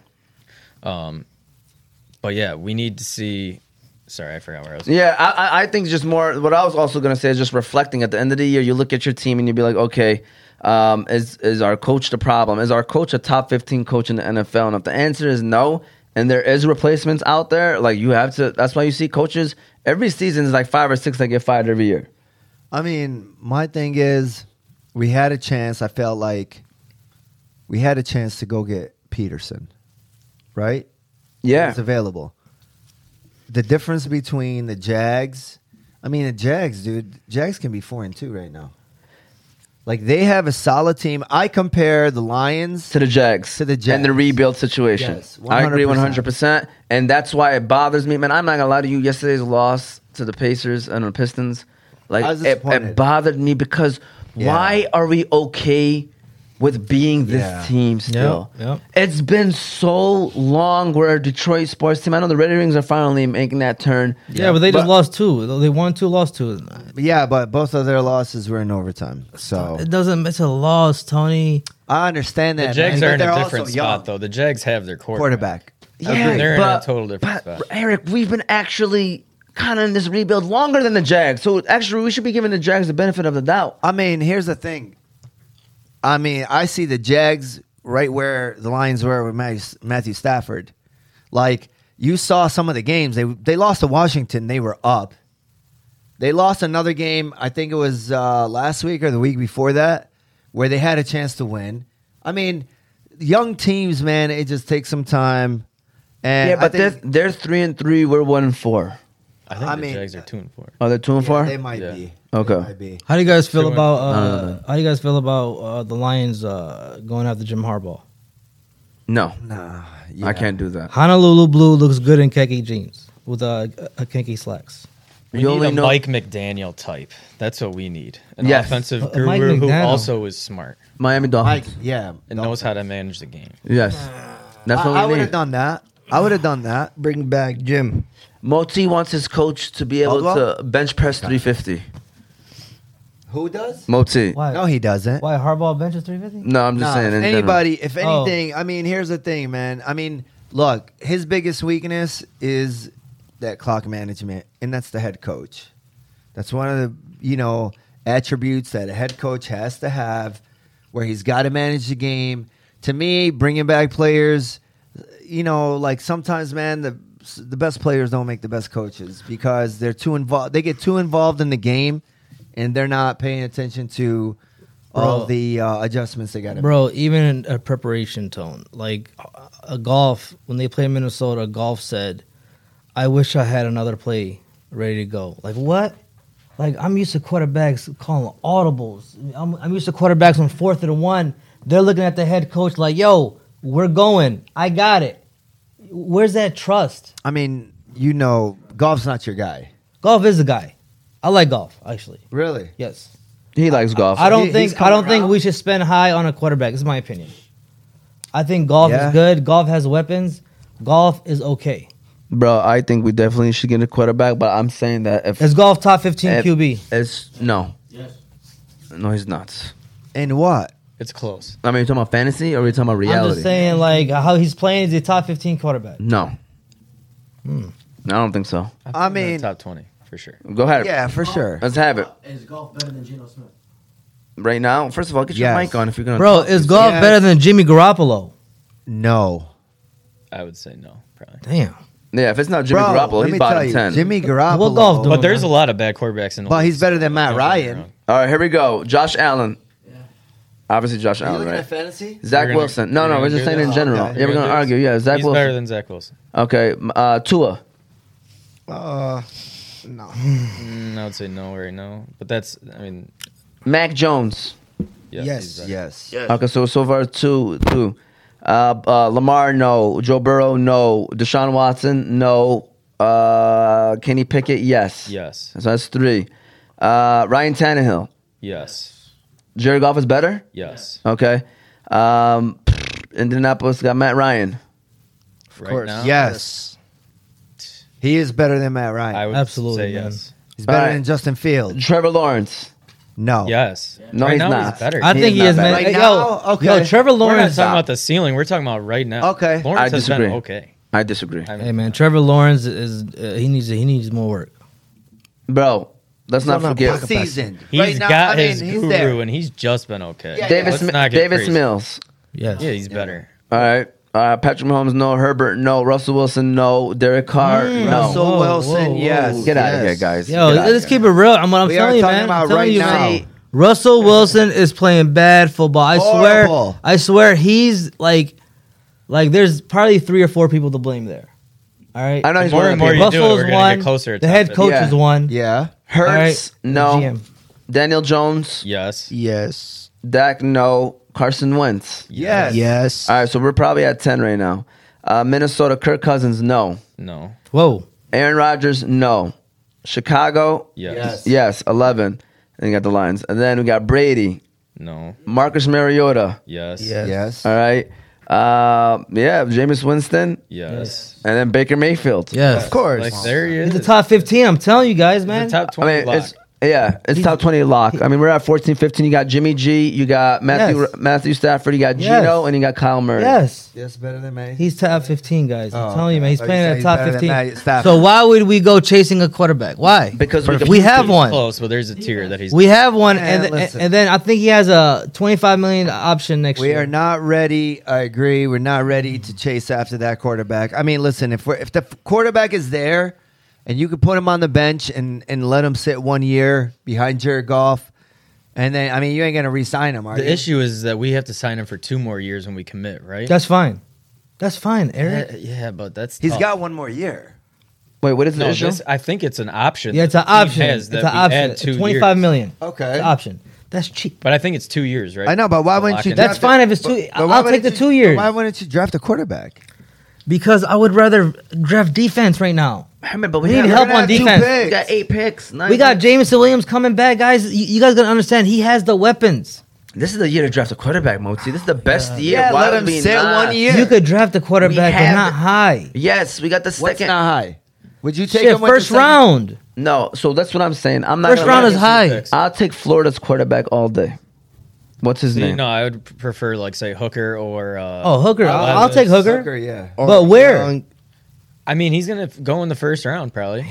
But yeah, we need to see. Sorry, I forgot where I was. Yeah, I, I- I think just more. What I was also gonna say is just reflecting. At the end of the year, you look at your team and you be like, okay, um, is is our coach the problem? Is our coach a top fifteen coach in the NFL? And if the answer is no, and there is replacements out there, like you have to. That's why you see coaches every season is like five or six that get fired every year. I mean, my thing is, we had a chance. I felt like we had a chance to go get Peterson, right? Yeah, It's available. The difference between the Jags, I mean, the Jags, dude, Jags can be four and two right now. Like they have a solid team. I compare the Lions to the Jags. To the Jags. And the rebuild situation. Yes, I agree 100%. 100%. And that's why it bothers me. Man, I'm not going to lie to you. Yesterday's loss to the Pacers and the Pistons, like, I was it, it disappointed. bothered me because Yeah. why are we okay with being this Yeah. team still? yep. It's been so long where Detroit sports team, I know the Red Wings are finally making that turn. Yeah, but they just lost two. They won two, lost two. Yeah, but both of their losses were in overtime. So It doesn't. It's a loss, Tony. I understand The that. Jags man, but are in they're a also different young. spot, though. The Jags have their Quarterback. quarterback. Yeah, They're in a but, total different but, spot. Eric, we've been actually kind of in this rebuild longer than the Jags. So actually, we should be giving the Jags the benefit of the doubt. I mean, here's the thing. I mean, I see the Jags right where the Lions were with Matthew- Matthew Stafford. Like you saw some of the games they they lost to Washington, they were up. They lost another game. I think it was uh, last week or the week before that, where they had a chance to win. I mean, young teams, man, it just takes some time. And Yeah, I but think, they're, they're three and three. We're one and four. I think I the mean- Jags are two and four. Are they two and yeah, four? they might Yeah. be Okay. They might be. How do you guys feel Two and- about? Uh, how do you guys feel about uh, the Lions uh, going after Jim Harbaugh? no, Nah, I yeah. can't do that. Honolulu Blue looks good in khaki jeans with uh, a khaki slacks. We You need only a know- Mike McDaniel type. That's what we need. An Yes. offensive A- a Mike guru who McDaniel. also is smart Miami Mike, Dolphins. yeah, and knows how to manage the game. Yes, that's I, what we would have need. done that. I would have done that. Bring back Jim. Moti wants his coach to be able Caldwell? to bench press three fifty. Who does? Moti. Why? No, he doesn't. Why Harbaugh benches three fifty? No, I'm just Nah, saying. if in general. anybody, if Oh. anything, I mean, here's the thing, man. I mean, look, his biggest weakness is that clock management, and that's the head coach. That's one of the you know attributes that a head coach has to have, where he's got to manage the game. To me, bringing back players, you know, like sometimes, man, the the best players don't make the best coaches because they're too involved. They get too involved in the game, and they're not paying attention to all Bro. the uh, adjustments they got to make. Bro, even in a preparation tone, like uh, a golf, when they play Minnesota, golf said, I wish I had another play ready to go. Like, what? Like, I'm used to quarterbacks calling audibles. I'm, I'm used to quarterbacks on fourth and one. They're looking at the head coach like, yo, we're going. I got it. Where's that trust? I mean, you know, golf's not your guy. Golf is the guy. I like golf, actually. Really? Yes. he likes golf. I don't He- he's think I coming don't think around. we should spend high on a quarterback. This is my opinion. I think golf Yeah. is good. Golf has weapons. Golf is okay. bro. I think we definitely should get a quarterback, but I'm saying that if Is golf top fifteen Yep. QB? it's no, no, he's not. And what? It's close. I mean, you talking about fantasy or are you talking about I'm reality? just saying, like how he's playing is a top fifteen quarterback. No, I don't think so. I, think I they're in the mean- top twenty for sure. Go ahead. Yeah, for sure. Let's have it Uh, Is golf better than Geno Smith? right now. First of all, get your Yes. mic on if you're gonna. Bro, is golf Yeah. better than Jimmy Garoppolo? No. I would say no, probably. Damn. Yeah, if it's not Jimmy Garoppolo, he's bottom ten. Jimmy Garoppolo. What golf doing? But there's a lot of bad quarterbacks in the Well, league, he's better than Matt don't get me Ryan. wrong. All right, here we go. Josh Allen. Obviously, Josh Allen, right? fantasy? Zach We're gonna- Wilson. No, we're no, gonna we're just do saying in this? general. Okay. Yeah, we're We're gonna gonna do argue. Yeah, Zach He's better Wilson. than Zach Wilson. okay, m- uh, Tua. Uh, no. Mm, I would say no right now. But that's I mean Mac Jones. yes. Yes. he's better. Yes. Okay, so so far two, two. Uh, uh, Lamar, no. Joe Burrow, no. Deshaun Watson, no. Uh, Kenny Pickett, yes. Yes. So that's three. Uh, Ryan Tannehill. Yes. Jerry Goff is better. Yes. Okay. Um, Indianapolis got Matt Ryan. Of right course. now, Yes. He is better than Matt Ryan. I would Absolutely, say man. yes. He's better All right. than Justin Fields. Trevor Lawrence. No. Yes. No, right he's now not. He's better. I He think is he not is, man. bad. Right yo, now? Okay. yo, Trevor We're not Lawrence. talking about the ceiling. We're talking about right now. Okay. Lawrence I has disagree. been okay. I disagree, Hey man, Trevor Lawrence is uh, he needs he needs more work. bro. Let's not forget Seasoned. He's right now, got I mean, his he's guru, there. and he's just been okay. Yeah, Davis. Let's not get Davis crazy. Mills. Yes. Yeah, he's better. All right. Uh, Patrick Mahomes, no. Herbert, no. Russell Wilson, no. Derek Carr, Mm, no. Russell Whoa, Wilson, whoa, yes. Get out of here, yes. guys. Yo, Get outta let's here. keep it real. I'm what I'm We are telling you, talking man. about I'm telling right you, now. man. Russell Wilson is playing bad football. I Horrible. swear. I swear he's like like there's probably three or four people to blame there. All right. I know he's More one and of more the people. you do it, Buffalo's we're gonna one. get closer to the head top coach fifty. is one. Yeah. Hurts, All right, no. GM. Daniel Jones, Yes. Yes. Dak, no. Carson Wentz. Yes. Yes. All right, so we're probably at ten right now. Uh, Minnesota, Kirk Cousins, no. No. Whoa. Aaron Rodgers, no. Chicago, Yes. Yes. yes, eleven. And you got the Lions, and then we got Brady, No. Marcus Mariota. Yes. Yes. Yes. All right, uh, yeah, Jameis Winston, Yes. and then Baker Mayfield. Yes. Of course. Like there he is. He's the top 15. I'm telling you guys, man. He's a top I twenty. mean, lock. it's yeah, it's top twenty lock. I mean, we're at 14, 15. You got Jimmy G, you got Matthew Yes. Matthew Stafford, you got Yes. Gino, and you got Kyle Murray. Yes. Yes, better than me. He's top 15, guys. I'm Oh, telling you, man. He's okay. playing So at he's top better than 15. Matt Stafford. So why would we go chasing a quarterback? Why? because we, we, can- have He's one. close, but there's a tier that he's. We have one, and, Man, th- listen. and then I think he has a 25 million option next We year. are not ready. I agree. We're not ready to chase after that quarterback. I mean, listen, if we're, if the quarterback is there, and you could put him on the bench and and let him sit one year behind Jared Goff, and then I mean, you ain't gonna re-sign him, are the you? issue is that we have to sign him for two more years when we commit, right? That's fine. That's fine, yeah, Eric. yeah, but that's He's Oh. tough. got one more year. wait, what is the No, issue? this, I think it's an option. Yeah, it's an that he option. has It's that an we add option. two 25 years. million. Okay. It's an option. That's cheap. But I think it's two years, right? I know, but why wouldn't you? Lock it. That's fine if it's two- why I'll take wouldn't the you- two years. Why wouldn't you draft a quarterback? Because I would rather draft defense right now. But We need help on have two defense. picks. We got eight picks. nine We got picks. Jameson Williams coming back, guys. You, you guys gotta understand he has the weapons. This is the year to draft a quarterback, Moti. This is the best year. Yeah, Why let would him we sit not? one year. You could draft the quarterback, but have not the- high. Yes, we got the What's second. not high? Would you take Shit, him with the first second- round. No, so that's what I'm saying. I'm not. First gonna round let is him- high. I'll take Florida's quarterback all day. What's his See, name? No, I would p- prefer like say Hooker or. Uh, Oh, Hooker. I I'll, love I'll this. take Hooker. Sucker, yeah. But where? I mean, he's gonna f- go in the first round probably.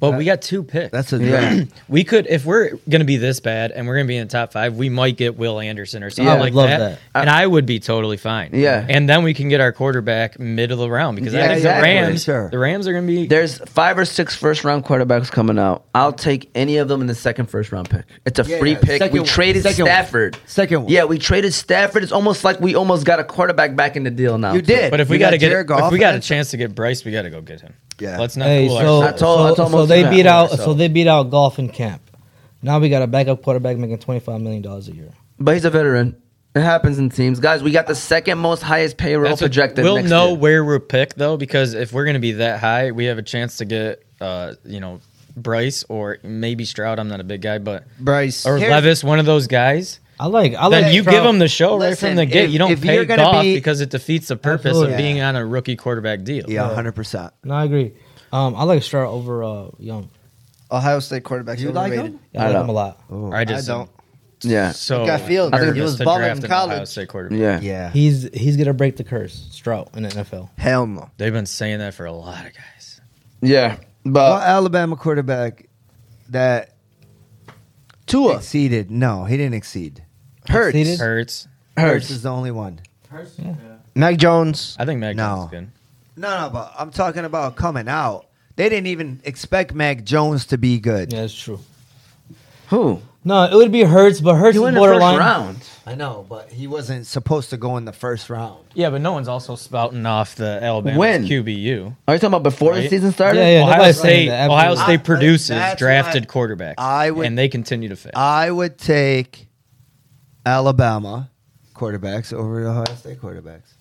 But we got two picks. That's a Yeah. draft. we could if we're gonna be this bad and we're gonna be in the top five, we might get Will Anderson or something Yeah, I would like love that, that. and I would be totally fine. Yeah. and then we can get our quarterback mid of the round because Yeah, I think exactly. the Rams, Sure. the Rams are gonna be. There's five or six first round quarterbacks coming out. I'll take any of them in the second first round pick. It's a free yeah. pick. Second we one. traded Second one. Stafford. Second one. Yeah, we traded Stafford. It's almost like we almost got a quarterback back in the deal now. You too. did. but if we, You gotta get, Jared if Goff we got a and- chance to get Bryce, we gotta go get him. Yeah. let's not Hey, fool so, ourselves. told- I so, told so most they of beat that. out So- so they beat out golf in camp. Now we got a backup quarterback making twenty five million dollars a year. But he's a veteran. It happens in teams, guys. We got the second most highest payroll That's what- projected. We'll next know year. where we're picked though, because if we're going to be that high, we have a chance to get, uh, you know, Bryce or maybe Stroud. I'm not a big guy, but Bryce. or Here's- Levis, one of those guys. I like I Then like you Trout. give him the show right Listen, from the get. if- you don't if you're pay gonna Goff be- because it defeats the purpose Absolutely. of being on a rookie quarterback deal. Yeah, hundred percent. No, I agree. Um, I like Stroud over uh, Young. Ohio State quarterbacks. You like overrated. him? Yeah, I, I like know. him a lot. I just I don't. Yeah, So Got Fields. I think he nervous was to balling draft in an Ohio college. State quarterback. yeah, Yeah. He's he's gonna break the curse, Stroud in the NFL. Hell no. They've been saying that for a lot of guys. yeah. What But Alabama quarterback that Tua exceeded? No, he didn't exceed. Hurts. Exceeded? Hurts. Hurts is the only one. Mac Jones. I think Mac No. Jones is good. No, no, but I'm talking about coming out. They didn't even expect Mac Jones to be good. Yeah, that's true. who? No, it would be Hurts, but Hurts He is went in the first borderline. round. I know, but he wasn't supposed to go in the first round. Yeah, but no one's also spouting off the Alabama When? QBU. Are you talking about before the Right? season started? Yeah, yeah. Ohio nobody's saying State, that, Ohio absolutely. State I- produces that's drafted why quarterbacks, I would- and they continue to fail. I would take Alabama quarterbacks over the Ohio State quarterbacks.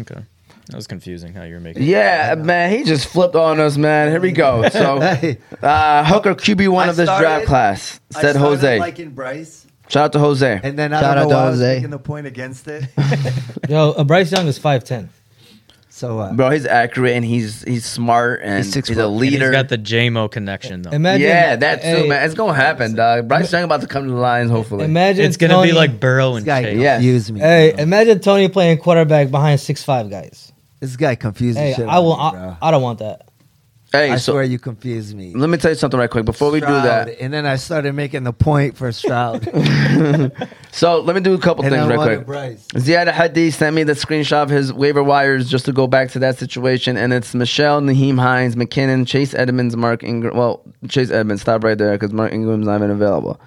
okay, that was confusing how you were making. Yeah, man, he just flipped on us, man. Here we go. So, Hey. uh, Hooker QB one I of this draft started- class I said started Jose. liking Bryce, Shout out to Jose. and then I Shout out don't know to why I was Jose. making the point against it. Yo, uh, Bryce Young is five ten. So what? Bro, he's accurate and he's he's smart and he's, six a foot. And And he's leader. got the JMO connection though. Imagine, yeah, that too, hey, man. It's gonna happen, dog. Bryce Young about to come to the Lions, hopefully. Imagine It's gonna Tony, be like Burrow and This guy Chase. Yeah. confused me. Hey, bro. imagine Tony playing quarterback behind six five guys. this guy confused the Hey, shit. I will. out of me, bro. I, I don't want that. hey, I so swear you confused me. let me tell you something right quick before we do Stroud, that. and then I started making the point for Stroud. So let me do a couple and I things right wanted quick. Bryce. Ziad Hadi sent me the screenshot of his waiver wires just to go back to that situation, and it's Michelle, Naheem Hines, McKinnon, Chase Edmonds, Mark Ingram. Well, Chase Edmonds, stop right there because Mark Ingram's not even available.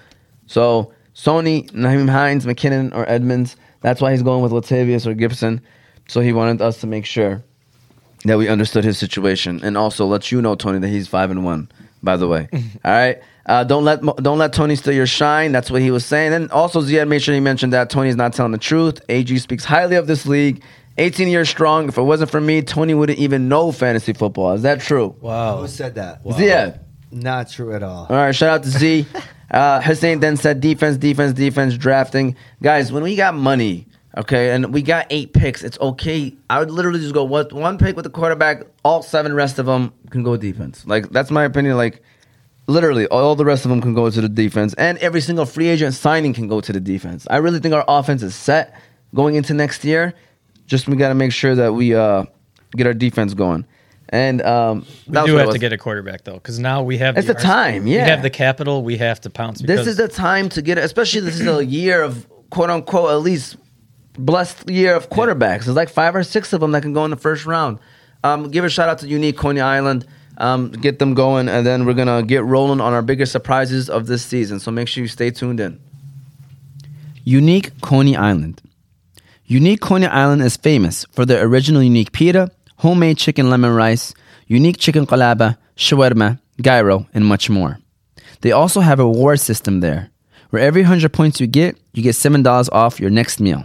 So Sony, Naheem Hines, McKinnon, or Edmonds. That's why he's going with Latavius or Gibson. So he wanted us to make sure that we understood his situation, and also let you know, Tony, that he's five and one. By the way, all right. Uh, don't let Mo- don't let Tony steal your shine. That's what he was saying. And also, Ziad made sure he mentioned that Tony's not telling the truth. AG speaks highly of this league. 18 years strong. If it wasn't for me, Tony wouldn't even know fantasy football. Is that true? Who said that? Ziad. Not true at all. All right, shout out to Z. Uh, Hussein then said defense, defense, defense, drafting. Guys, when we got money, okay, and we got eight picks, it's okay. I would literally just go what one pick with the quarterback, all seven rest of them can go defense. Like that's my opinion. Like literally, all the rest of them can go to the defense, and every single free agent signing can go to the defense. I really think our offense is set going into next year. Just we got to make sure that we uh, get our defense going. And um, We that was do what it have was. to get a quarterback though, because now we have It's the arse- time, yeah. we have the capital. We have to pounce. this Because is the time to get it, especially this is a year of quote unquote at least blessed year of quarterbacks. There's like five or six of them that can go in the first round. Um, give a shout out to Unique Coney Island. Um, get them going, and then we're gonna get rolling on our biggest surprises of this season. So make sure you stay tuned in. Unique Coney Island. Unique Coney Island is famous for their original unique pita, homemade chicken lemon rice, unique chicken qalaba, shawarma, gyro, and much more. They also have a reward system there, where every 100 points you get, you get $7 off your next meal.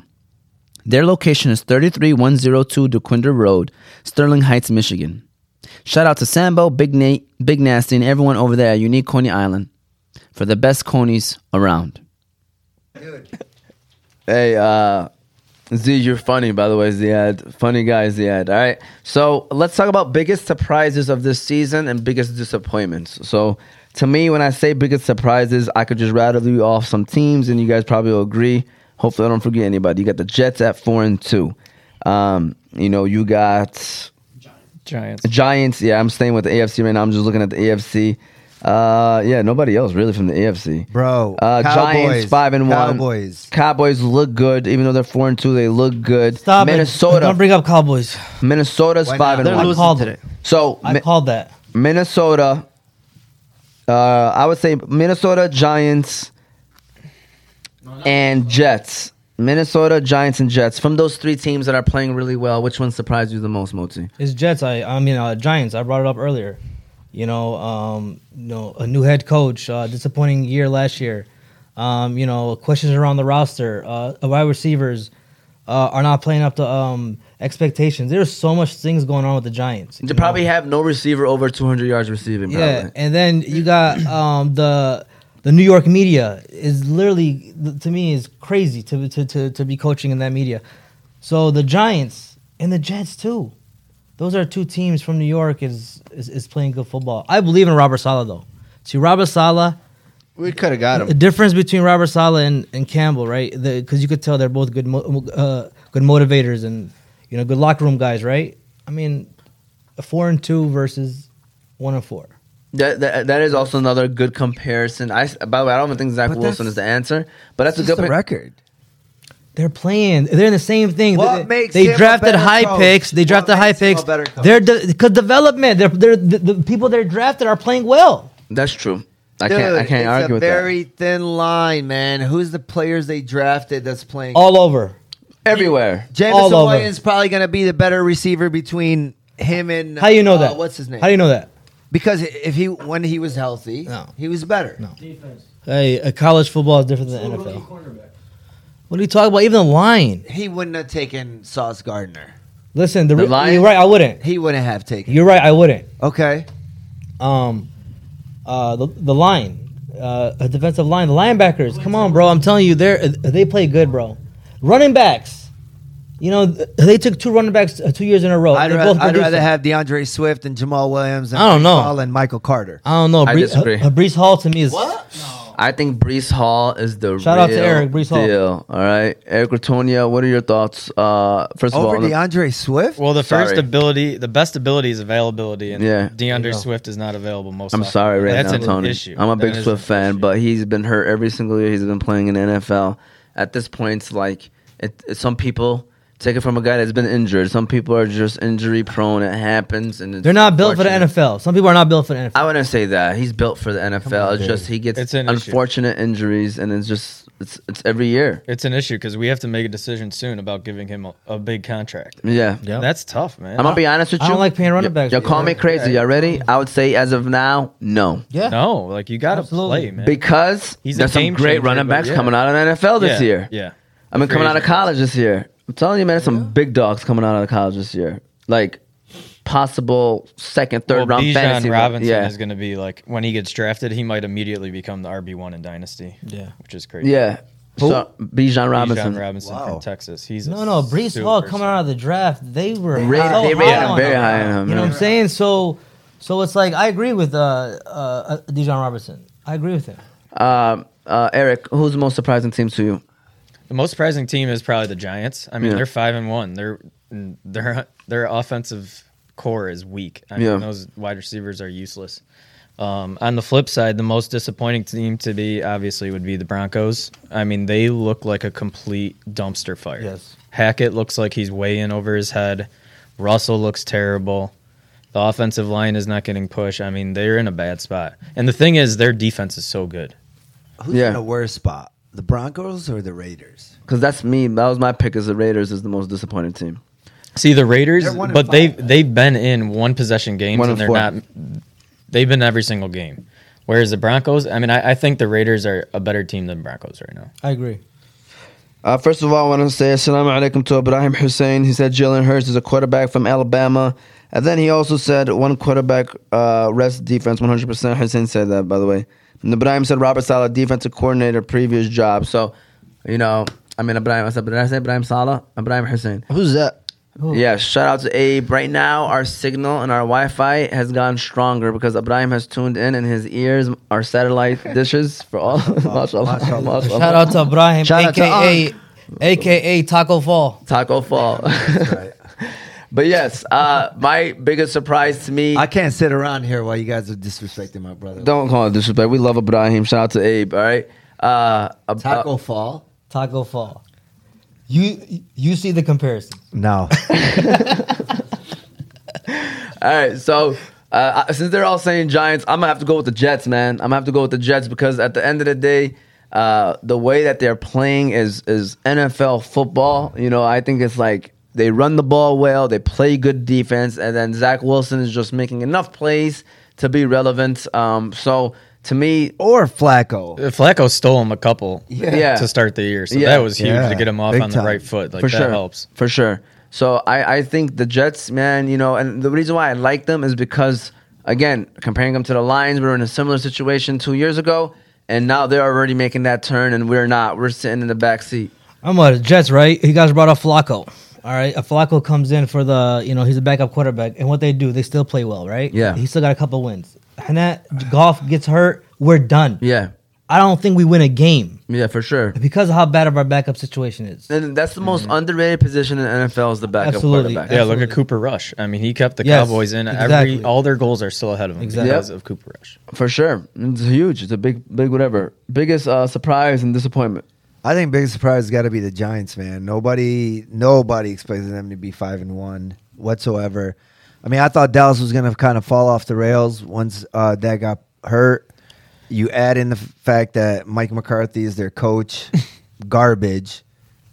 Their location is 33102 DeQuinder Road, Sterling Heights, Michigan. Shout out to Sambo, Big Nate, Big Nasty, and everyone over there at Unique Coney Island for the best conies around. Hey, uh, Z, you're funny, by the way, Ziad. Funny guy, Ziad. All right. So let's talk about biggest surprises of this season and biggest disappointments. So to me, when I say biggest surprises, I could just rattle you off some teams and you guys probably will agree. Hopefully, I don't forget anybody. You got the Jets at four and two. Um, you know, you got Giants. Giants. Yeah, I'm staying with the AFC right now. I'm just looking at the AFC. Uh, yeah, nobody else really from the AFC. Bro, Uh, Giants Cowboys, five and one. Cowboys. Cowboys look good, even though they're four and two. They look good. Stop it. Minnesota. Don't bring up Cowboys. Minnesota's Why not? five and They're I one. losing called today. it. So I Mi- called that. Minnesota. Uh, I would say Minnesota Giants and Jets. Minnesota Giants and Jets. From those three teams that are playing really well, which one surprised you the most, Moti? It's Jets. I I mean uh, Giants. I brought it up earlier. You know, um, you know, a new head coach, uh, disappointing year last year. Um, you know, questions around the roster. Uh, wide receivers uh, are not playing up to um, expectations. There's so much things going on with the Giants. They you probably know? have no receiver over 200 yards receiving. Probably. yeah, and then you got um, the the New York media is literally to me is crazy to to to, to be coaching in that media. So the Giants and the Jets too. Those are two teams from New York is is, is playing good football. I believe in Robert Sala though. See Robert Sala, We could have got the him. difference between Robert Sala and, and Campbell, right? Because you could tell they're both good mo- uh, good motivators and you know good locker room guys, right? I mean, a four and two versus one and four. That, that that is also another good comparison. I s- by the way, I don't even think Zach But Wilson that's- is the answer, but that's a Just good the pick. record. They're playing. They're in the same thing. What they, makes they him a drafted better high coach? picks. They What drafted high makes him a picks. better coach? They're because development. They're, they're the, the people they're drafted are playing well. That's true. I can't I Dude, can't it's argue a with very thin line, man. Who's the players they drafted that's playing? All over. that. Everywhere. Jameson all over. Williams probably going to be the better receiver between him and How do you know uh, that? What's his name? How do you know that? Because if he when he was healthy, No. he was better. No. Hey, uh, college football is different than NFL. What are you talking about? Even the line. He wouldn't have taken Sauce Gardner. Listen, the, The re- line? you're right. I wouldn't. He wouldn't have taken. You're right. I wouldn't. Okay. Um, uh, the, the line, uh, a defensive line, uh, the linebackers. Come on, bro. I'm telling you, they are they play good, bro. Running backs, You know, th- they took two running backs uh, two years in a row. I'd, They ra- both I'd produced rather it. have DeAndre Swift and Jamal Williams. And I don't Brees know. Hall and Michael Carter. I don't know. I Brees, disagree. uh, uh, Brees Hall to me is I think Brees Hall is the Shout real out to Eric, Brees Hall. deal. All right, Eric Latonia, what are your thoughts? Uh, first of Over all, on the- DeAndre Swift? Well, the first Sorry. ability, the best ability is availability, and Yeah. DeAndre Swift is not available most. I'm often. sorry right That's now, an Tony. Issue. I'm a That big is an Swift fan, issue. but he's been hurt every single year. He's been playing in the NFL. At this point, it's like it, it- some people take it from a guy that's been injured. Some people are just injury prone. It happens, and it's they're not built for the unfortunate. NFL. Some people are not built for the NFL. I wouldn't say that he's built for the NFL. it's just he gets It's an issue. unfortunate injuries, and it's just it's it's every year. it's an issue because we have to make a decision soon about giving him a, a big contract. Yeah. Yeah. That's tough, man. I'm gonna be honest with you. I don't like paying running Y- backs. Y'all call me crazy. Y'all ready? I would say as of now, no. Yeah. no, like you got to Absolutely. play, man. Because He's a there's some game great changer, running but backs yeah. coming out of the NFL this Yeah, year. Yeah, I mean, coming out of Crazy. college this year. I'm telling you, man, there's some big dogs coming out of the college this year. Like possible second, third well, round Bijan fantasy. Robinson yeah. is going to be like when he gets drafted, he might immediately become the RB one in Dynasty. Yeah, which is crazy. yeah. So, Bijan Robinson. Bijan Robinson Wow. from Texas. He's a No, no, Brees super Hall coming star. out of the draft, they were Ra- so they high rated him on very high on him, You know yeah. what I'm saying? So, so it's like I agree with uh, uh, Dijon Robertson. I agree with him. Um, uh, Eric, who's the most surprising team to you? The most surprising team is probably the Giants. I mean, Yeah. they're five and one. Their their their offensive core is weak. I mean, Yeah. those wide receivers are useless. Um, on the flip side, the most disappointing team to be obviously would be the Broncos. I mean, they look like a complete dumpster fire. Yes. Hackett looks like he's way in over his head. Russell looks terrible. The offensive line is not getting pushed. I mean, they're in a bad spot. And the thing is, their defense is so good. Who's Yeah. in the worst spot? The Broncos or the Raiders? Because that's me. That was my pick. Is the Raiders is the most disappointing team. See the Raiders, They're one and but five, they man. they've been in one possession games One and they're and not. They've been every single game. Whereas the Broncos, I mean, I, I think the Raiders are a better team than Broncos right now. I agree. Uh, first of all, I want to say assalamu alaikum to Ibrahim Hussein. He said Jalen Hurts is a quarterback from Alabama. And then he also said one quarterback uh, rest defense 100%. Hussein said that, by the way. And Ibrahim said Robert Sala, defensive coordinator, previous job. So, you know, I mean, Ibrahim, I said, did I say Ibrahim Salah? Ibrahim Hussein. Who's that? Yeah, shout out to Abe. Right now, our signal and our Wi Fi has gotten stronger because Ibrahim has tuned in and his ears are satellite dishes for all. Oh, mashallah, mashallah. Shout out to Ibrahim, Shout out to aka aka Taco Fall. Taco Fall. but yes, uh, my biggest surprise to me. I can't sit around here while you guys are disrespecting my brother. don't call it disrespect. We love Ibrahim. Shout out to Abe. All right. Uh, ab- Taco Fall? Taco Fall. You you see the comparison? No. All right, so uh, I- since they're all saying Giants, I'm gonna have to go with the Jets, man. I'm gonna have to go with the Jets because at the end of the day, uh, the way that they're playing is is NFL football. You know, I think it's like they run the ball well, they play good defense, and then Zach Wilson is just making enough plays to be relevant. Um, so to me, or Flacco. Uh, Flacco stole him a couple Yeah. to start the year, so Yeah. that was huge Yeah. to get him off Big on time. the right foot. Like for that sure helps. for sure. So I, I think the Jets, man, you know, and the reason why I like them is because again, comparing them to the Lions, we were in a similar situation two years ago, and now they're already making that turn, and we're not. We're sitting in the back seat. I'm on the Jets, right? You guys brought up Flacco. All right, a Flacco comes in for the you know he's a backup quarterback, and what they do, they still play well, right? Yeah. he still got a couple wins. And that golf gets hurt, we're done. Yeah, I don't think we win a game yeah, for sure. because of how bad of our backup situation is. And that's the most underrated position in the NFL is the backup Absolutely. quarterback. Yeah, look at Cooper Rush. I mean, he kept the Yes, Cowboys in exactly. every. All their goals are still ahead of him Exactly. because Yep. of Cooper Rush. for sure. It's huge. It's a big, big whatever. Biggest uh, surprise and disappointment. I think biggest surprise has got to be the Giants, man. Nobody, nobody expected them to be five and one whatsoever. I mean, I thought Dallas was going to kind of fall off the rails once uh, that got hurt. You add in the f- fact that Mike McCarthy is their coach, garbage,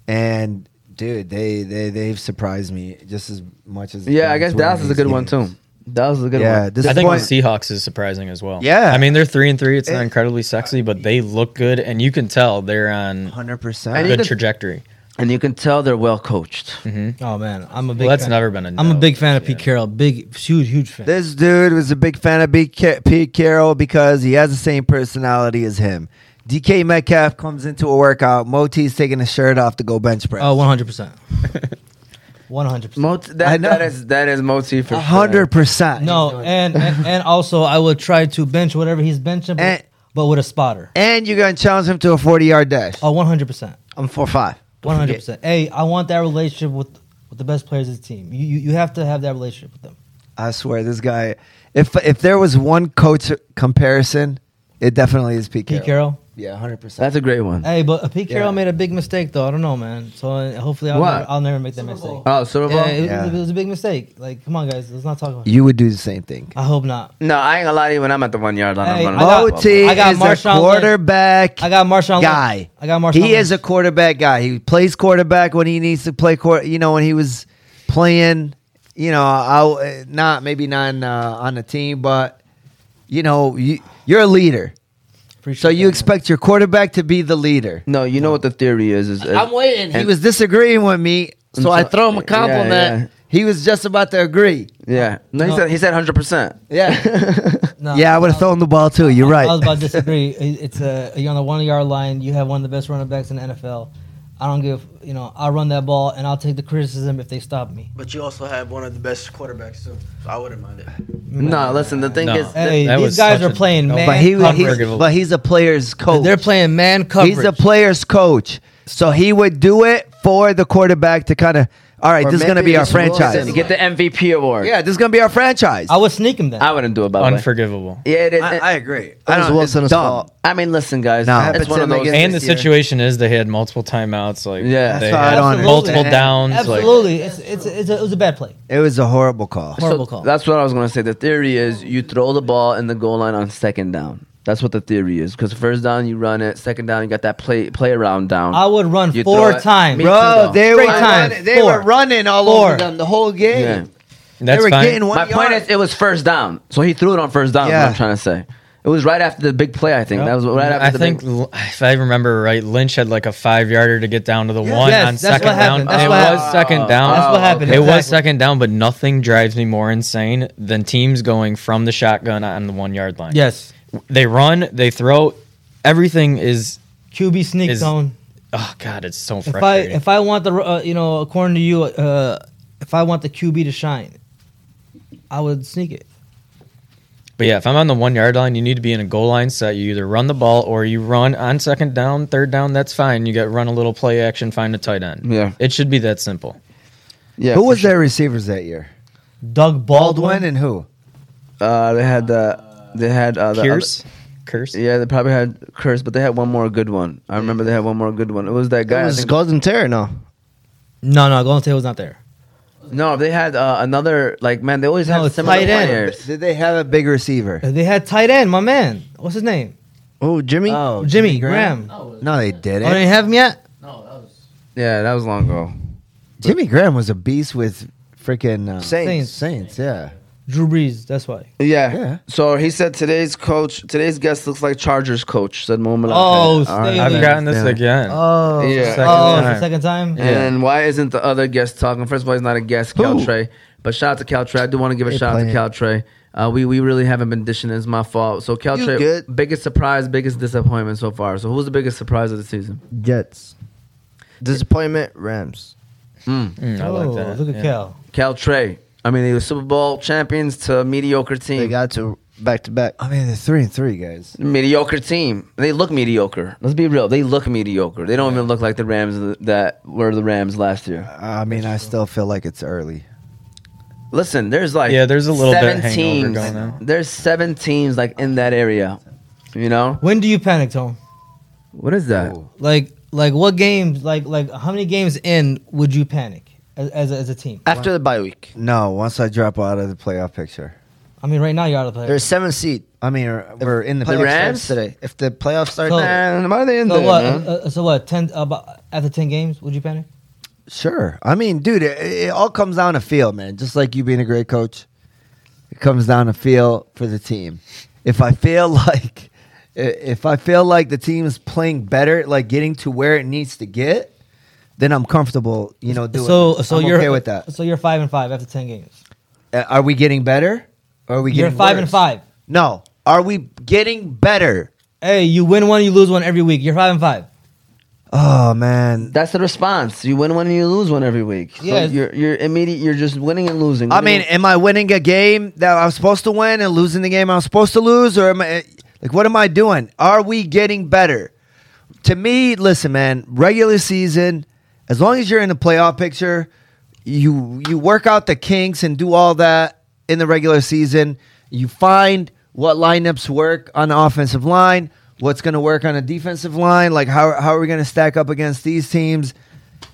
and dude, they they they've surprised me just as much as Yeah, I guess Dallas is a good one too. Dallas is a good Yeah, one. this I think the Disappoint- Seahawks is surprising as well. Yeah. I mean they're three and three. It's Eh. not incredibly sexy, but they look good, and you can tell they're on Hundred a And percent. you good can- trajectory. and you can tell they're well coached. Oh man, I'm a big. Well, that's fan. never been a. I'm a no. big fan of Yeah. Pete Carroll. Big, huge, huge fan. This dude was a big fan of Big Ca- Pete Carroll because he has the same personality as him. DK Metcalf comes into a workout. Moti's taking his shirt off to go bench press. Oh, 100. Oh, percent one hundred percent. Mot- that- I know. that is that is Moti for A sure. hundred percent. No, and, and and also I would try to bench whatever he's benching, but, And- but with a spotter. and you're gonna challenge him to a forty yard dash. Oh, one hundred percent, I'm four five. one hundred percent. Hey, I want that relationship with with the best players of the team. You, you you have to have that relationship with them. I swear, this guy. If if there was one coach comparison, it definitely is Pete Carroll. Pete Carroll. Yeah, hundred percent. That's a great one. Hey, but Pete Carroll Yeah. made a big mistake though. I don't know, man. So uh, hopefully I'll What? never, I'll never make that mistake. Oh, Super Bowl. Yeah, it, Yeah. it was a big mistake. Like, come on, guys, let's not talk about. it. You would do the same thing. I hope not. No, I ain't gonna lie to you. When I'm at the one yard line, Hey, I'm I got- gonna. OT I got is Marshawn a Lynch. quarterback I got Marshawn Lynch. guy. I got Marshawn. He is a Lynch. quarterback guy. He plays quarterback when he needs to play quarter. You know, when he was playing, you know, I not maybe not in, uh, on the team, but you know, you, you're a leader, Appreciate so you that, expect your quarterback to be the leader. No, you know what the theory is. is I'm waiting. He was disagreeing with me, so, so- I throw him a a compliment. compliment. He was just about to agree. yeah. No, he No. said he said 100. percent Yeah, man. No, yeah, I would have no. thrown the ball too. You're right. I was about to disagree. It- It's a you're on the one yard line. You have one of the best running backs in the NFL. I don't give you know. I'll run that ball and I'll take the criticism if they stop me. But you also have one of the best quarterbacks, too. So I wouldn't mind it. No, listen. The thing No. is, Hey, that these was guys such are a- playing no, man. but he was, he's, Unforgivable. but he's a player's coach. they're playing man coverage. He's a player's coach, so he would do it for the quarterback to kind of. All right, Or this is going to maybe be our it's Wilson. franchise. get the MVP award. Yeah, this is going to be our franchise. I would sneak him then. I wouldn't do it. By the way. Unforgivable. Yeah, it is. I, it- I agree. That I was don't- Wilson's it's dumb. fault. I mean, listen, guys. No. it's Happened one to of him those. against- And the this year. situation is they had multiple timeouts. Like Yeah. they That's why I had don't understand. multiple downs. Like, Absolutely, it's, it's, it's a, it was a bad play. It was a horrible call. So Horrible call. That's what I was gonna say. The theory is you throw the ball in the goal line on second down. That's what the theory is. Because first down you run it, second down you got that play play around down. I would run You four throw it. times. Me too, though. Bro, they were Straight running- time. they were Four. running all Four. over them the whole game. Yeah. They that's were fine. getting one My point yard. is, it was first down, so he threw it on first down. is What Yeah. I'm trying to say, it was right after the big play. I think that was right after. I the think big, L- if I remember right, Lynch had like a five yarder to get down to the one Yes, on that's second what down. happened. That's it what was happened. second down. That's what happened. It was Exactly. second down, but nothing drives me more insane than teams going from the shotgun on the one yard line. Yes, they run, they throw, everything is. QB sneak Is- zone. Oh God, it's so If I frustrating. if I want the uh, you know according to you uh, if I want the QB to shine, I would sneak it. but yeah, if I'm on the one yard line, you need to be in a goal line set. You either run the ball or you run on second down, third down. That's fine. You got run a little play action, find a tight end. Yeah. it should be that simple. yeah, who for was sure. their receivers that year? Doug Baldwin Baldwin, and who? Uh, they had the they had uh, the Curse, curse. other- yeah, they probably had curse, but they had one more good one. I remember they had one more good one. It was that guy. It I was think- Golden Terror. No, No, no, Golden State was not there. no, they had uh, another. Like man, they always No, have it's similar tight end. players. Did they have a big receiver? They had tight end, my man. What's his name? oh Jimmy. Oh, Jimmy Graham. No, they Oh, they didn't. didn't have him yet. Yeah, that was long ago. Jimmy Graham was a beast with freaking uh, Saints. Saints, yeah. Drew Brees. That's why. Yeah. Yeah. So he said today's coach, today's guest looks like Chargers coach. Said Mohamed. Oh, Al-Qaeda. Staley. All right. I've gotten this Yeah. again. Oh, Yeah. second Second oh, time. it's the second time. And why isn't the other guest talking? First of all, he's not a guest, Caltrey. But shout out to Caltrey. I do want to give a They shout out to playing. Caltrey. Uh, we we really haven't been dishing. It's my fault. So Caltrey, good. biggest surprise, biggest disappointment so far. So who's the biggest surprise of the season? Jets. Disappointment. Rams. Mm, I oh, like that. look at yeah. Cal. Caltrey. I mean, they were Super Bowl champions to a mediocre team. They got to back to back. Hmm. I mean, they're three and three guys. mediocre team. They look mediocre. Let's be real. They look mediocre. They don't even look like the Rams that were the Rams last year. I mean, I still feel like it's early. Listen, there's like Yeah, there's a little bit seven hangover teams. going on. There's seven teams like in that area. You know When do you panic, Tone? what is that? Like, like what games? Like, like how many games in would you panic as as a, as a team? After the bye week, No, once I drop out of the playoff picture. I mean, right now you're out of the they're playoffs. seventh seed. I mean, we're- we're in the Playoff picture. Rams? starts today. If the playoffs start, So- Man, why are they in So there, what? man? Uh, so what? Ten about after ten games, would you panic? Sure. I mean, dude, it, it all comes down to feel, man. Just like you being a great coach, it comes down to feel for the team. If I feel like, if I feel like the team is playing better, like getting to where it needs to get, then I'm comfortable. You know, doing. so, it. so I'm you're okay with that. So you're five and five after ten games. Uh, Are we getting better? Or are we You're getting five and worse? five. No. Are we getting better? Hey, you win one, you lose one every week. You're five and five. Oh man. That's the response. You win one and you lose one every week. So Yeah. you're you're immediate. You're just winning and losing. I winning mean, am I winning a game that I'm supposed to win and losing the game I'm supposed to lose, or am I like what am I doing? Are we getting better? To me, listen, man, regular season, as long as you're in the playoff picture, you you work out the kinks and do all that in the regular season. You find what lineups work on the offensive line, what's going to work on the defensive line, like how how are we going to stack up against these teams?